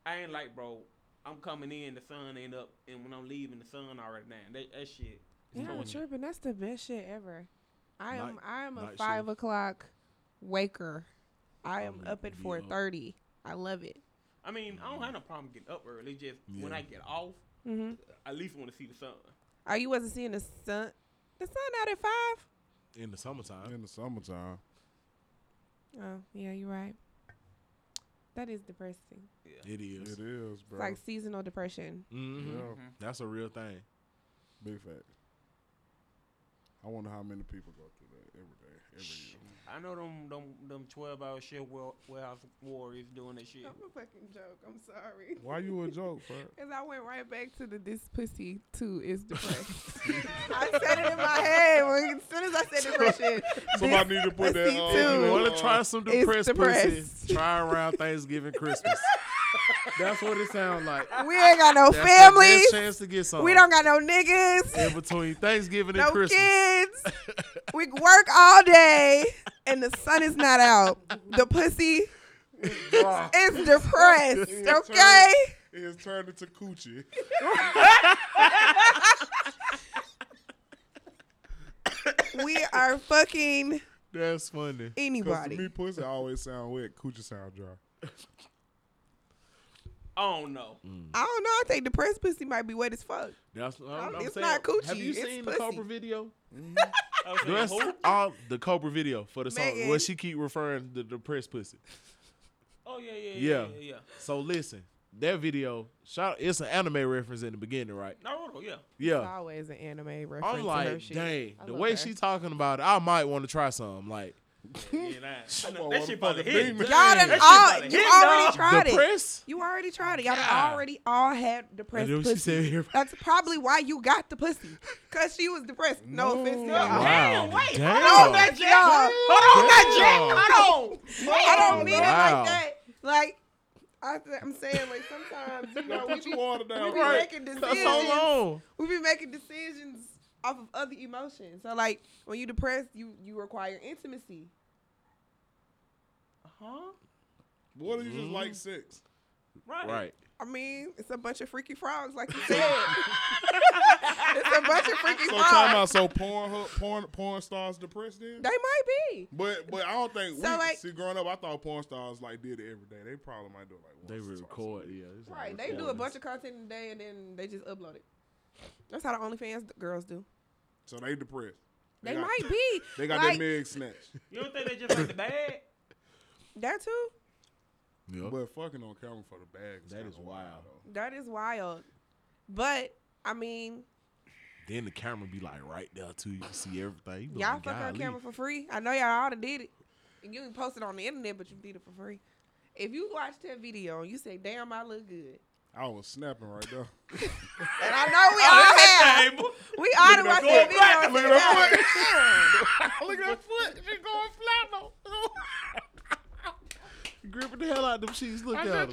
C: I ain't like, bro. I'm coming in, the sun ain't up, and when I'm leaving, the sun already down. That, that shit.
E: You're not tripping. That's the best shit ever. I am.
D: Night-
E: I am a
D: night
E: five
D: shift.
E: o'clock waker. I am
D: I'm
E: up at
D: be up.
E: four thirty. I love it.
C: I mean, I don't have no problem getting up early. It's just when
D: Yeah.
C: I get off,
E: Mm-hmm.
C: I at least want to see the sun.
E: Oh, you wasn't seeing the sun? The sun out at five?
D: In the summertime.
B: In the summertime.
E: Oh, yeah, you're right. That is depressing.
D: It
B: It
D: is.
B: is, bro.
E: It's like seasonal depression.
D: Mm-hmm.
B: Yeah,
D: That's a real thing.
B: big fact. I wonder how many people go through that every day, every year.
C: I know them them them twelve hour shift wa- warehouse warriors doing that shit.
E: a fucking joke. I'm sorry.
B: Why you a joke, bro?
E: Cause I went right back to the this pussy too is depressed. I said it in my head when, as soon as I said depression.
B: Somebody need to put
E: pussy
B: that.
E: too.
B: Uh,
D: You
E: Ooh.
D: want to try some
E: It's
D: depressed,
E: depressed.
D: pussy? Try around Thanksgiving, Christmas. That's what it sounds like.
E: We ain't got no
D: That's the
E: families.
D: best chance to get something.
E: We don't got no niggas,
D: in between Thanksgiving
E: no
D: and Christmas.
E: kids. We work all day and the sun is not out. The pussy is depressed. Okay?
B: It has turned into coochie.
E: We are fucking
D: That's funny.
B: Because to
E: anybody.
B: me, pussy always sound wet. Coochie sound dry.
C: I don't know.
E: I don't know. I think depressed pussy might be wet as fuck.
D: That's what I'm,
E: No,
D: I'm
E: it's
D: saying.
E: not coochie,
D: Have you
E: it's
D: seen
E: pussy.
D: the Cobra video?
C: I was
D: That's
C: saying, who?
D: all Oh, the Cobra video for the song.
E: Megan.
D: Where she keep referring to the depressed pussy.
C: Oh yeah, yeah, yeah, yeah.
D: Yeah.
C: yeah, yeah.
D: So listen, that video, shout, it's an anime reference in the beginning, right?
C: Naruto, yeah.
E: It's
D: Yeah.
E: always an anime reference.
D: I'm
E: to her
D: like,
E: shit.
D: dang,
E: I
D: the
E: love
D: way
E: her.
D: she talking about it, I might want to try some. Like
C: yeah you lying. I know,
B: on,
C: that
B: what
C: shit
B: about
C: probably
B: the
C: hit.
B: demon?
E: Y'all done
C: That shit
E: all,
C: probably
E: you
C: hit,
E: already
C: dog.
E: tried it.
D: depressed.
E: You already tried it. Y'all done
D: Oh, God.
E: already all had depressed
D: And then she
E: pussy.
D: said, "Here-
E: That's probably why you got the pussy. Cause she was depressed. No, offense to y'all.
C: Wow. Damn, wait,
E: Hold
D: Damn.
E: on, that y'all.
C: Hold on, that
D: Damn.
C: Jack. Hold on.
E: I don't mean it
D: Wow.
E: like that. Like I, I'm saying, like sometimes you know we
B: Put
E: be,
B: your water down.
E: we be
B: Right.
E: making
D: That's
E: decisions.
D: so long.
E: We be making decisions off of other emotions. So like when you depressed, you you require intimacy.
C: Huh?
B: What do you just like sex?
C: Right.
D: Right.
E: I mean, it's a bunch of freaky frogs, like you said. it's a bunch of freaky
B: So time
E: frogs.
B: out. So porn, hu- porn, porn stars depressed then?
E: They might be.
B: But but I don't think
E: So,
B: we
E: like-
B: see growing up. I thought porn stars like did it every day. They probably might do it like once
D: They
B: or twice a
D: record, yeah. it's like
E: Right. They do a
D: recording.
E: bunch of content a day and then they just upload it. That's how the OnlyFans girls do.
B: So they depressed.
E: They,
B: got-
E: might be.
B: They got
E: like,
B: their mig snatched.
C: You don't think they just like the bag?
E: That too.
D: Yep.
B: But fucking on camera for the bag.
D: That
B: kinda
D: is wild.
B: though.
E: That is wild. But I mean,
D: Then the camera be like right there too. You can see everything. You be
E: y'all
D: like,
E: fuck on
D: Oh "Golly."
E: camera for free. I know y'all oughta did it. And you can post it on the internet, but you did it for free. If you watched that video and you say, damn, I look good.
B: I was snapping right there.
E: And I know we all have.
C: Table.
E: We ought to watch that video. and
B: Look
E: say,
B: at her
E: "Damn."
B: foot.
D: Look at her foot. She going flat Gripping the hell out of them sheets. Look at her.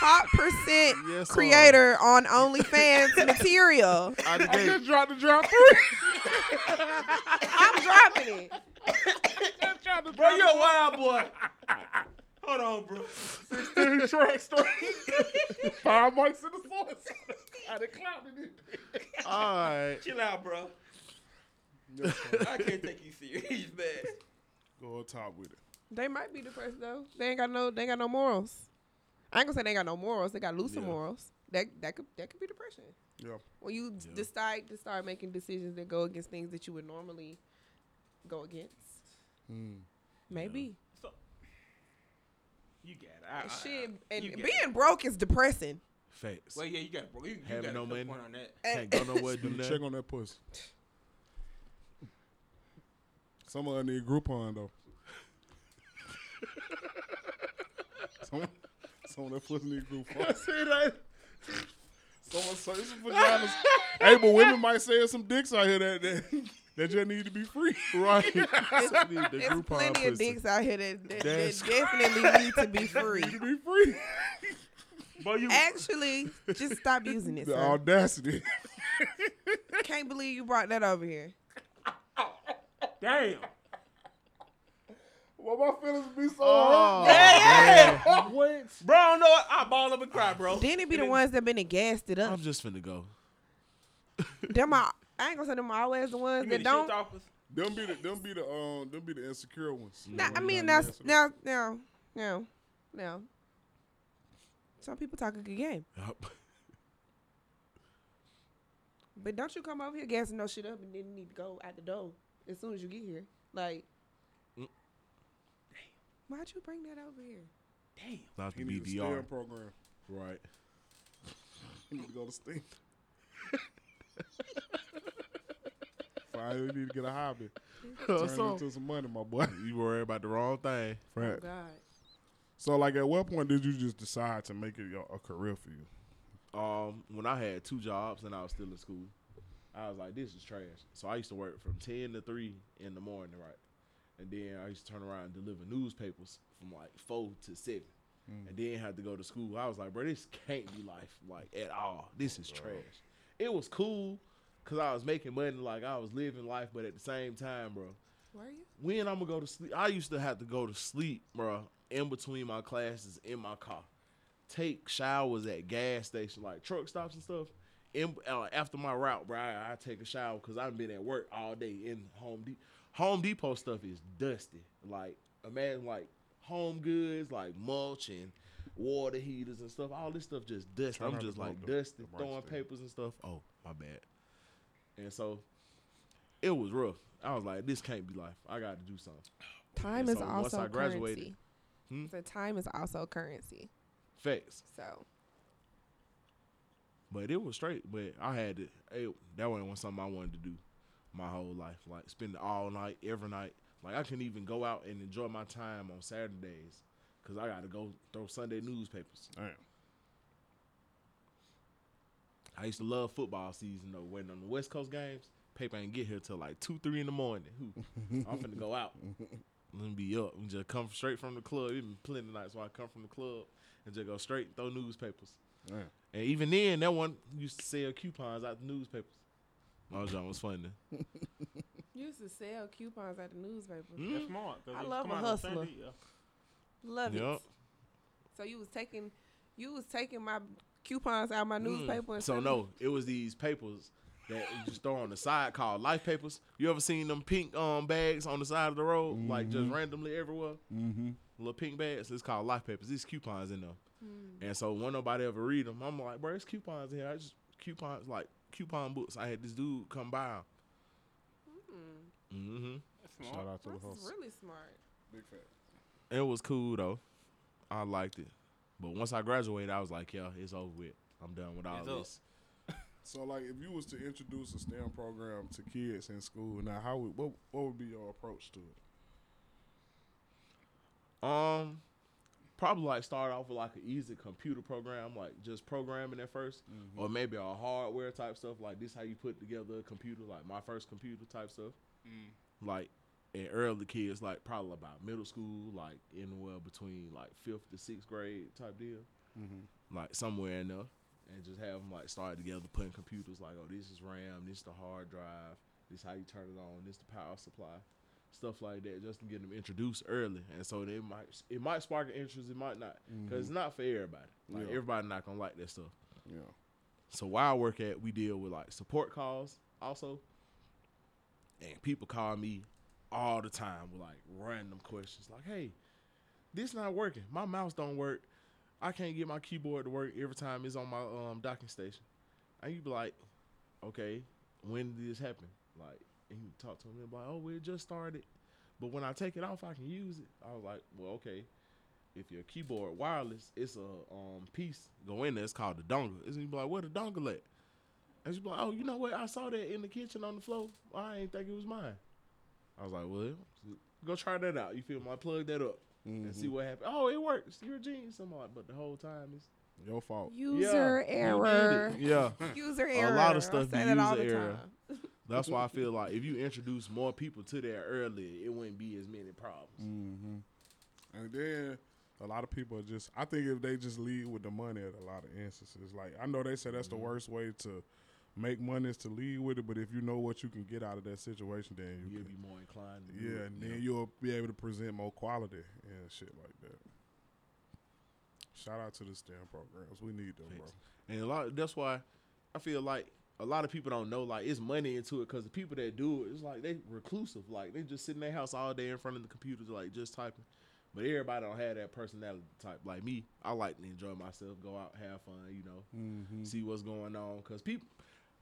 E: top percent
D: Yes,
E: creator on OnlyFans material.
D: Out the gate.
B: dropped the drop.
E: I'm dropping it.
C: Bro, you a wild boy. Hold on, bro.
B: track straight. Five marks in the source. I done clowned
D: All right.
C: Chill out, bro.
B: it.
C: I can't take you serious, man.
B: Go on top with it.
E: They might be depressed though. They ain't got no. They ain't got no morals. I ain't gonna say they ain't got no morals. They got looser
D: Yeah.
E: morals. That that could that could be depression.
B: Yeah.
E: When you decide to start making decisions that go against things that you would normally go against. Maybe.
C: So, you got it. I, I,
E: Shit.
C: I,
E: And
C: you got
E: being
C: it.
E: broke is depressing.
D: Facts.
C: Well, yeah, you got bro. You, you
D: Having
C: got
D: no
C: no
D: money.
C: point on that.
D: Can't go nowhere. Do
B: Better check
D: nothing.
B: on that pussy. Some of them need Groupon though. some, some of that pussy need Groupon. Someone say some vaginas. hey, but women might say some dicks out here that that, that just need to be free.
D: Right. Need the
E: There's
D: Groupon
E: plenty of
D: pussy.
E: dicks out here that, that, that
D: That's-
E: definitely need to be free.
B: need to be free.
C: Bro, you
E: Actually, just stop using it.
B: The
E: son.
B: audacity.
E: I can't believe you brought that over here.
C: damn.
B: well, my feelings be so
D: Oh,
B: hurt.
C: Yeah, yeah.
B: What?
C: Bro, I don't know what. I ball up and cry, bro.
E: Then it be the ones that been and gassed it up.
D: I'm just finna go.
E: Them are, I ain't gonna say them always the ones
C: You
E: that
C: mean the
E: don't.
C: shit talkers?
B: Them be the them be the um them be the insecure ones.
E: Nah, I
B: Them
E: mean
B: be
E: now,
B: the-
E: now, now, now, now. Some people talk a good game,
D: Yup.
E: but don't you come over here gassing no shit up and then need to go out the door as soon as you get here. Like,
D: Mm.
E: why'd you bring that over here?
C: Damn.
D: Not the
B: He need a
D: BDR.
B: STEM program.
D: Right.
B: He need to go to STEM. Finally, need to get a hobby. Turn it
D: So,
B: into some money, my boy.
D: you worry about the wrong thing.
B: Right.
E: God,
B: So, like, at what point did you just decide to make it your, a career for you?
D: um, when I had two jobs and I was still in school, I was like, this is trash. So I used to work from 10 to 3 in the morning, right? And then I used to turn around and deliver newspapers from like 4 to 7. and then had to go to school. I was like, bro, this can't be life, like at all. This is trash. It was cool because I was making money, like I was living life, but at the same time, bro,
E: Where are you?
D: when I'm gonna go to sleep? I used to have to go to sleep, bro, in between my classes in my car, take showers at gas station, like truck stops and stuff. In, uh, after my route, bro, I, I take a shower because I've been at work all day in Home Depot. Home Depot stuff is dusty. Like imagine like home goods, like mulch and water heaters and stuff. All this stuff just dusty.
B: Turn
D: I'm
B: on
D: just
B: the-
D: like
B: the-
D: dusty,
B: the bright
D: throwing
B: side.
D: papers and stuff. Oh my bad. And so it was rough. I was like, this can't be life. I got to do something.
E: Time
D: so
E: is
D: once
E: also
D: I graduated-
E: currency.
D: Hmm?
E: So time is also currency.
D: Facts.
E: So
D: But it was straight. But I had to. It, that wasn't something I wanted to do my whole life. Like spend all night, every night. Like I couldn't even go out and enjoy my time on Saturdays because I got to go throw Sunday newspapers.
B: Damn.
D: I used to love football season though. Waiting on the West Coast games, paper ain't get here till like two, three in the morning. Who? I'm finna go out. Let me be up. And just come straight from the club. It been plenty nights where I come from the club and just go straight and throw newspapers.
B: Damn.
D: And even then, that one used to sell coupons out the newspapers. My job was funny.
E: you used to sell coupons at the newspaper.
D: Hmm?
C: That's smart. 'cause
E: Mm-hmm. I
C: it
E: love
C: come
E: a
C: out on
E: hustler.
C: Sunday, yeah.
E: Love
D: Yup.
E: it. So you was taking, you was taking my coupons out of my newspaper. And
D: Mm. So
E: selling-
D: no, it was these papers that you just throw on the side called life papers. You ever seen them pink um bags on the side of the road, like just randomly everywhere?
B: Mm-hmm.
D: Little pink bags. It's called life papers. These coupons in them. And so when nobody ever read them, I'm like, bro, it's coupons in here. I just coupons like coupon books. I had this dude come by. Mm-hmm.
C: That's
B: Shout
C: smart.
B: out to the
E: That's
B: hustle.
E: really smart.
B: Big fat.
D: It was cool though. I liked it. But once I graduated, I was like, yeah, it's over with. I'm done with all
C: It's up.
D: this.
B: So, like, if you was to introduce a STEM program to kids in school, now how would what what would be your approach to it?
D: Um, probably like start off with like an easy computer program, like just programming at 1st or maybe a hardware type stuff. Like this, how you put together a computer, like my first computer type stuff. Like, and early kids, like probably about middle school, like anywhere between like fifth to sixth grade type deal, like somewhere in there, and just have them like start together putting computers. Like, oh, this is RAM, this is the hard drive, this how you turn it on, this the power supply stuff like that just to get them introduced early and so they might it might spark an interest it might not because it's not for everybody like
B: Yeah.
D: everybody not gonna like that stuff
B: Yeah.
D: so where i work at we deal with like support calls also and people call me all the time with like random questions like hey this not working my mouse don't work i can't get my keyboard to work every time it's on my um, docking station and you be like okay when did this happen like and you talk to them and be like oh we just started but when I take it off, I can use it. I was like, well, okay. If your keyboard wireless, it's a um, piece go in there. It's called the dongle. It's you be like, where the dongle at? And she be like, oh, you know what? I saw that in the kitchen on the floor. I ain't think it was mine. I was like, well, go try that out. You feel me? I plug that up
B: Mm-hmm.
D: and see what happens. Oh, it works. You're a genius. I'm like, but the whole time it's
B: Your fault.
E: User
D: Yeah, you did
E: error.
D: it. Yeah.
E: User
D: A
E: error.
D: lot of
E: I
D: stuff
E: say
D: be
E: that all
D: user
E: the
D: error.
E: time.
D: That's why I feel like if you introduce more people to that early, it wouldn't be as many problems.
B: And then a lot of people are just I think if they just lead with the money at a lot of instances. Like I know they say that's
D: Mm-hmm.
B: the worst way to make money is to lead with it, but if you know what you can get out of that situation then you
D: You'll
B: can
D: be more inclined. To do
B: Yeah,
D: it,
B: and
D: you know?
B: then you'll be able to present more quality and shit like that. Shout out to the STEM programs. We need them, bro.
D: Facts. And a lot that's why I feel like a lot of people don't know like it's money into it because the people that do it, it's like they reclusive, like they just sit in their house all day in front of the computer, like just typing. But everybody don't have that personality type. Like me, I like to enjoy myself, go out, have fun, you know, see what's going on. Cause people,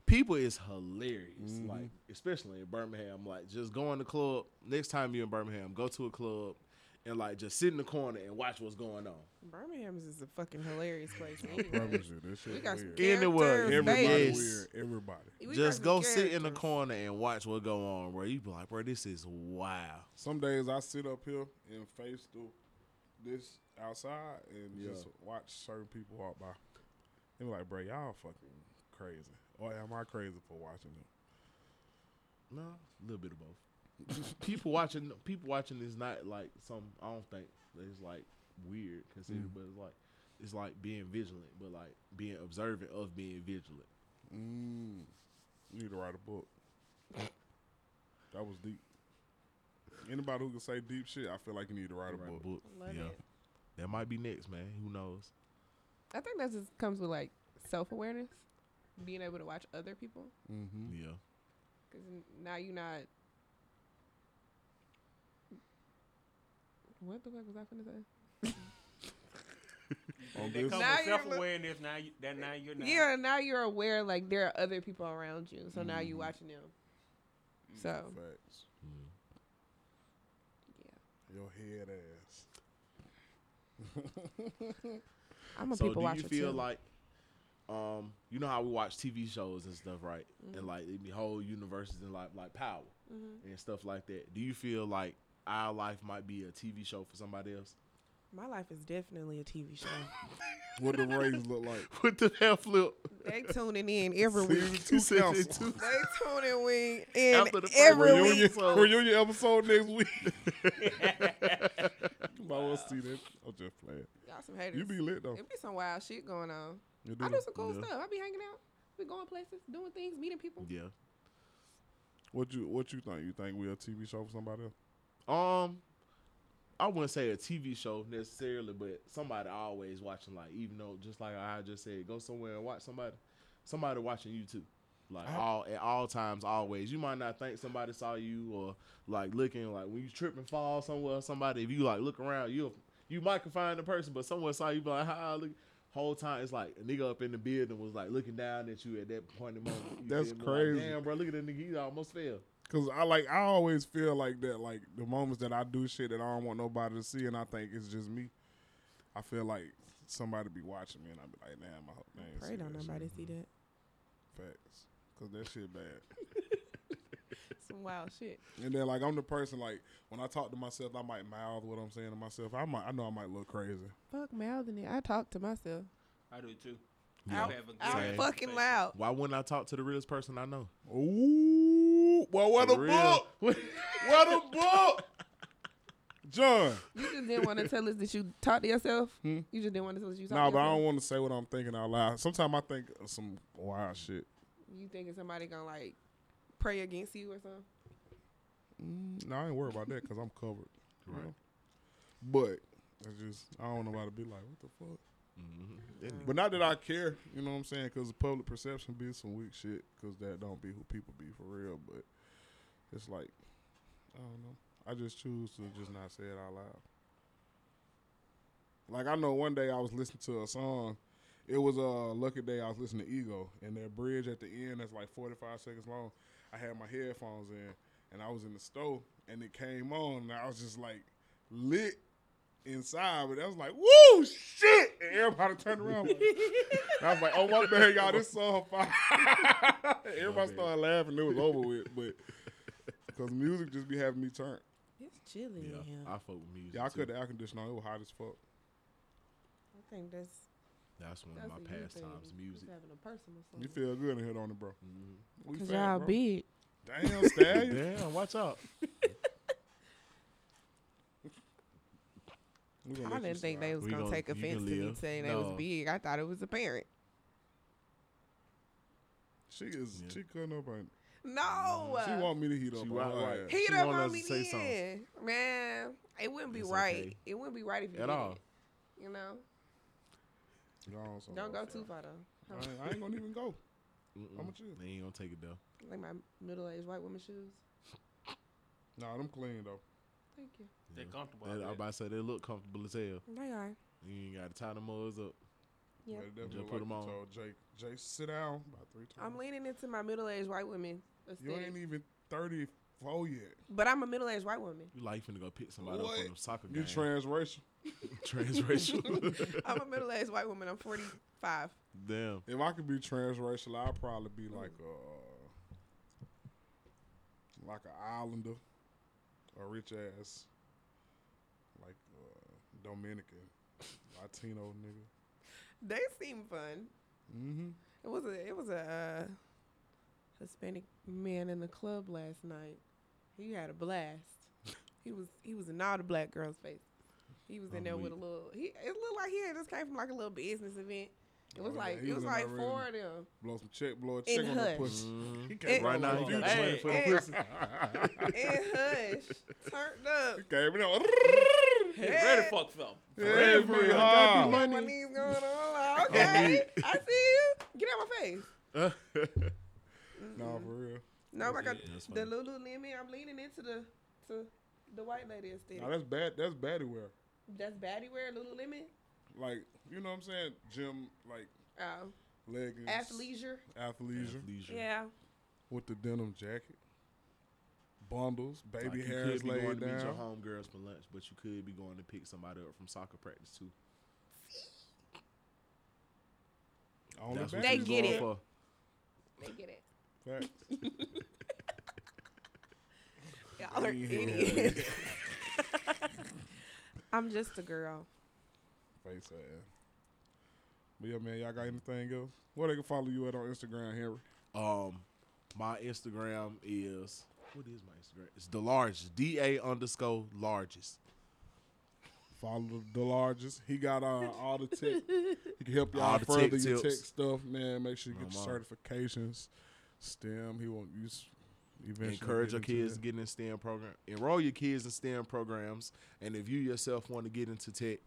D: people is hilarious. Like especially in Birmingham, like just go in the club. Next time you're in Birmingham, go to a club and like just sit in the corner and watch what's going on.
E: Birmingham is just a fucking hilarious place.
B: I
E: anyway.
B: promise you, this
E: we
B: shit
E: got some
B: weird.
D: Anywhere,
E: characters,
B: Everybody
E: baby.
D: Yes.
B: weird. Everybody.
E: We got
D: just
E: some
D: go sit in the
E: characters.
D: corner and watch what go on, bro. You be like, bro, this is wild.
B: Some days I sit up here and face the this outside and
D: Yeah.
B: just watch certain people walk by. And be like, bro, y'all fucking crazy. Or am I crazy for watching them?
D: No, a little bit of both. people watching, people watching is not like some. I don't think it's like weird considered, but it's like it's like being vigilant, but like being observant of being vigilant.
B: Mm. You need to write a book. that was deep. Anybody who can say deep shit, I feel like you need to write a
D: Write
B: book.
E: Love
D: yeah,
E: it.
D: that might be next, man. Who knows?
E: I think that just comes with like self awareness, being able to watch other people.
B: Mm-hmm.
D: Yeah,
E: Because now you're not. What the fuck was I finna say?
B: On
C: They
B: this,
C: come
E: Now
C: with
E: you're-
C: self awareness. Now you, that now you're not.
E: Yeah, now you're aware like there are other people around you, so now
D: Mm-hmm.
E: you're watching them.
D: Mm,
E: So
B: facts.
E: yeah,
B: Your head ass.
E: I'm a
D: so
E: people
D: do
E: watcher
D: you feel
E: too.
D: like um you know how we watch tv shows and stuff right and like it be whole universes and like like power and stuff like that do you feel like our life might be a tv show for somebody else
E: My life is definitely a TV show.
B: What the rays look like?
D: with the hair flip
E: they tuning in every week.
B: Season two
D: said
B: council.
D: that
E: They tuning in in
D: After the first
E: every
D: reunion.
E: week.
B: reunion, reunion
D: episode.
B: episode next week. I want to see that. I'm just playing.
E: Y'all some haters.
B: You be lit though.
E: it be some wild shit going on.
B: You
E: I
B: though.
E: do some cool
D: Yeah.
E: stuff. I be hanging out. We going places, doing things, meeting people.
D: yeah
B: What you What you think? You think we a TV show for somebody else?
D: um i wouldn't say a tv show necessarily but somebody always watching like even though just like i just said go somewhere and watch somebody somebody watching you too like all at all times always you might not think somebody saw you or like looking like when you trip and fall somewhere somebody if you like look around you you might can find the person but someone saw you be like hi look whole time it's like a nigga up in the building was like looking down at you at that point in the moment You
B: That's
D: feel me? Like,
B: crazy.
D: damn bro look at that nigga he almost fell
B: Cause I like I always feel like that. Like the moments that I do shit that I don't want nobody to see, and I think it's just me. I feel like somebody be watching me, and I be like, damn, I hope they ain't see
E: Pray don't
B: that shit."
E: nobody see that.
B: Facts. Cause that shit bad.
E: Some wild shit.
B: And then like I'm the person like when I talk to myself, I might mouth what I'm saying to myself. I might I know I might look crazy.
E: Fuck mouthing it. I talk to myself.
C: I do too.
E: Out,
C: have a good
E: out
D: Same.
E: fucking loud.
D: why wouldn't i talk to the realest person i know
B: Ooh, well what a
D: For
B: book,
D: real.
B: what a book, John.
E: You just didn't want to tell us that you talk to yourself.
D: Hmm?
E: You just didn't want to tell us you talk
B: No, nah,
E: to
B: but I
E: yourself.
B: don't want to say what I'm thinking out loud. Sometimes I think of some wild shit.
E: You thinking somebody gonna like pray against you or something?
B: No, I ain't worried about that because I'm covered.
D: Right.
B: But it's just I don't know about to be like what the fuck.
D: Mm-hmm. That
B: But not that I care, you know what I'm saying? Because public perception be some weak shit. Because that don't be who people be for real. But it's like I don't know. I just choose to just not say it out loud. Like I know one day I was listening to a song. It was a uh, lucky day I was listening to Ego, and that bridge at the end that's like 45 seconds long. I had my headphones in, and I was in the store, and it came on, and I was just like lit inside, but I was like, "Woo, shit!" And everybody turned around. Like, and I was like, "Oh my bad, y'all, this song fire!" everybody started laughing. It was over with, but because music just be having me turn.
E: It's chilly
D: Yeah,
E: in here.
D: I fuck with music.
B: Yeah, I
D: too.
B: could the air conditioner. on, It was hot as fuck.
E: I think that's
D: That's one
E: that's
D: of my
E: a you
D: pastimes,
E: thing.
D: music.
E: Just having a personal song.
B: You feel good in here, don't it, bro? We
E: Mm-hmm. Cause
B: fat,
E: y'all
B: bro.
E: big.
B: Damn, stallion.
D: Damn, watch out.
B: We gonna let
E: I
B: you
E: didn't think
B: slide.
E: they was
D: We
E: gonna,
D: gonna-
E: take
D: you can
E: offense to me
D: live.
E: saying they was
D: No.
E: big. I thought it was apparent.
B: She is.
D: Yeah.
B: She cutting up. On,
E: No,
B: she want me to heat up.
D: She
B: on
D: right,
B: her
D: right.
B: ass.
E: he
D: she
E: don't
D: want
E: want
D: us
E: me
D: to say something.
E: in, man. It wouldn't be
D: It's
E: right.
D: okay.
E: It wouldn't be right if you
D: At
E: did
D: all. Oh,
E: it, You know,
B: Gone, so
E: don't go
B: fast.
E: too far though.
B: I ain't, I ain't gonna even go. I'ma chill.
D: They ain't gonna take it though.
E: Like my middle-aged white woman shoes.
B: Nah, them clean though.
E: Thank you.
C: They're comfortable.
D: That, I'm about to say they look comfortable as hell.
E: They are.
D: You ain't gotta tie them mugs up.
E: Yeah.
B: But it definitely
D: Just
B: look
D: put
B: like
D: them
B: you
D: on.
B: told Jake, Jake, sit down about three times.
E: I'm leaning into my middle-aged white woman
B: You
E: aesthetic,
B: ain't even 34 yet.
E: but I'm a middle-aged white woman.
D: You like finna go pick somebody up
B: What?
D: from the soccer
B: You
D: game.
B: transracial.
D: Transracial.
E: I'm a middle-aged white woman. I'm 45.
D: Damn.
B: If I could be transracial, I'd probably be like a uh, like a islander, a rich ass, like a Dominican, Latino nigga.
E: They seem fun.
B: Mm-hmm.
E: It was a it was a uh, Hispanic man in the club last night. He had a blast. He was he was in all the black girls' face. He was in there with a little. He it looked like he had just came from like a little business event. It was
B: yeah,
E: like
B: he
E: it
B: was
E: was
B: in
E: like
B: there
E: four of them.
B: Blow some check, blow a
E: In
B: check on the
E: Hush.
B: pussy. He
E: It-
B: came Mm-hmm. right now. You
D: Hey,
B: playing for the
E: hey.
B: pussy.
E: And hush, turned up.
B: Came in there.
C: Hey, ready to fuck something.
B: Yeah,
D: Every
B: free
D: hard.
B: hard.
E: My knees going on. Like, okay, I see you. Get out my face.
B: Nah, for real.
E: No, I got
G: that's
E: the
G: funny.
E: Lululemon. I'm leaning into the to the white lady instead.
B: Nah, that's bad. That's baddie wear.
E: That's baddie wear Lululemon.
B: Like you know what I'm saying? Gym like
E: Oh,
B: leggings.
E: athleisure.
B: Athleisure
G: Athleisure.
E: Yeah,
B: with the denim jacket. Bundles, baby
D: Like, you
B: hairs
D: could be going
B: laid
D: to meet your
B: down.
D: homegirls for lunch, but you could be going to pick somebody up from soccer practice too.
B: On the
D: That's what
E: They
D: she
B: back.
D: was
E: get
D: going
E: it.
D: for.
E: they get it.
B: Facts.
E: Y'all are idiots. I'm just a girl.
B: Face ass. But yeah, man, y'all got anything else? Well, they can follow you at on Instagram, Henry.
D: Um, my Instagram is what is my Instagram? It's the largest. D A underscore largest.
B: Follow the largest. He got uh, all the tech. He can help
D: All
B: y'all
D: the
B: further
D: tech
B: your
D: tips.
B: tech stuff, man. Make sure you get
D: I'm
B: your
D: on it.
B: certifications. STEM. He won't use. Eventually
D: Encourage
B: get
D: your
B: into
D: kids to
B: that.
D: get in STEM program. Enroll your kids in STEM programs, and if you yourself want to get into tech,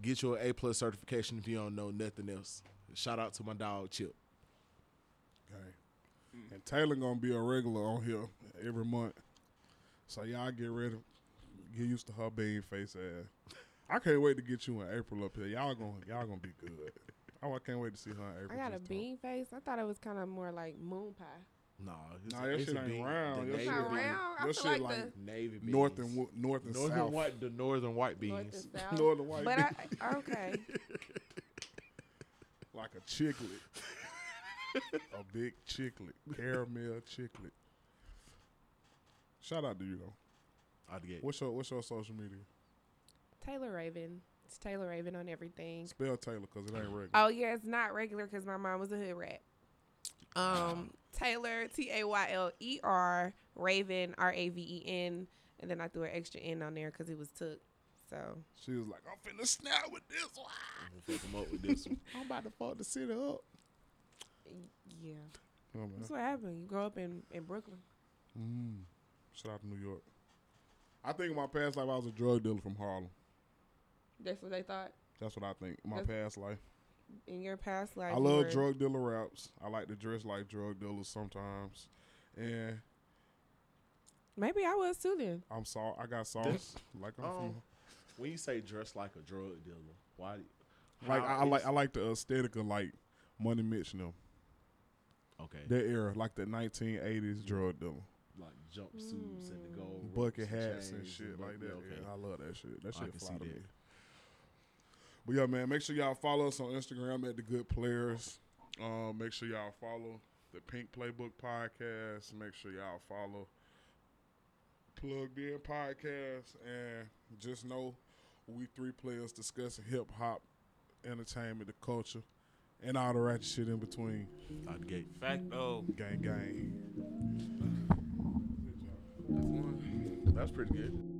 D: get your A plus certification if you don't know nothing else. Shout out to my dog Chip.
B: Okay. And Taylor gonna be a regular on here every month. So y'all get ready. Get used to her being face ass. I can't wait to get you in April up here. Y'all gonna y'all gonna be good. Oh, I can't wait to see her in April.
E: I got a
B: this time.
E: bean face. I thought it was kind of more like moon pie.
D: Nah, it's
B: Nah, your
D: it's
B: shit
D: a
B: ain't
D: bean.
B: round.
D: The
B: Your
D: navy
B: shit
E: Not
B: Navy bean.
E: round. I
B: Your
E: feel
B: shit
E: like,
B: like
E: the
D: bean. Navy beans.
B: North and wo- north and
D: northern
B: south.
D: white the northern white beans.
E: north and south.
B: Northern white.
E: But I okay.
B: like a chicklet. a big chicklet. Caramel chicklet. Shout out to you though.
D: Out the gate.
B: What's your what's your social media?
E: Taylor Raven. It's Taylor Raven on everything.
B: Spell Taylor because it ain't regular.
E: Oh yeah, it's not regular because my mom was a hood rat. Um, Taylor T A Y L E R Raven R A V E N, and then I threw an extra N on there because it was took. So
B: She was like, I'm finna snap with this one.
D: I'm gonna fuck 'em up with this one.
B: I'm about to fuck the city up.
E: yeah, that's what happened. You grow up in in Brooklyn.
B: Mm. Shout out to New York. I think in my past life I was a drug dealer from Harlem.
E: That's what they thought
B: That's what I think. in My
E: That's-
B: past life.
E: in your past life.
B: I
E: you
B: love
E: were-
B: drug dealer raps. I like to dress like drug dealers sometimes. And
E: Maybe I was too then.
B: I'm sorry, I got songs like I'm
D: Oh.
B: from
D: When you say dress like a drug dealer, why?
B: Like I, I
D: how
B: like
D: is-
B: I like the aesthetic of like Money Mitch and them.
D: Okay,
B: That era, like the nineteen eighties drug dealer.
D: like jumpsuits and the gold
B: Bucket
D: ropes and
B: hats and
D: chains
B: shit like
D: yeah,
B: that.
D: Okay.
B: Yeah, I love that shit. That
D: I
B: shit
D: can
B: fly
D: see
B: to
D: that.
B: me. But yeah, man, make sure y'all follow us on Instagram at the Good Players. Uh, make sure y'all follow the Pink Playbook podcast. Make sure y'all follow Plugged In podcast, and just know we three players discussing hip hop, entertainment, the culture, and all the ratchet shit in between.
D: Out the gate.
G: Fact
C: oh.
G: though.
B: Gang, gang.
D: That's pretty good.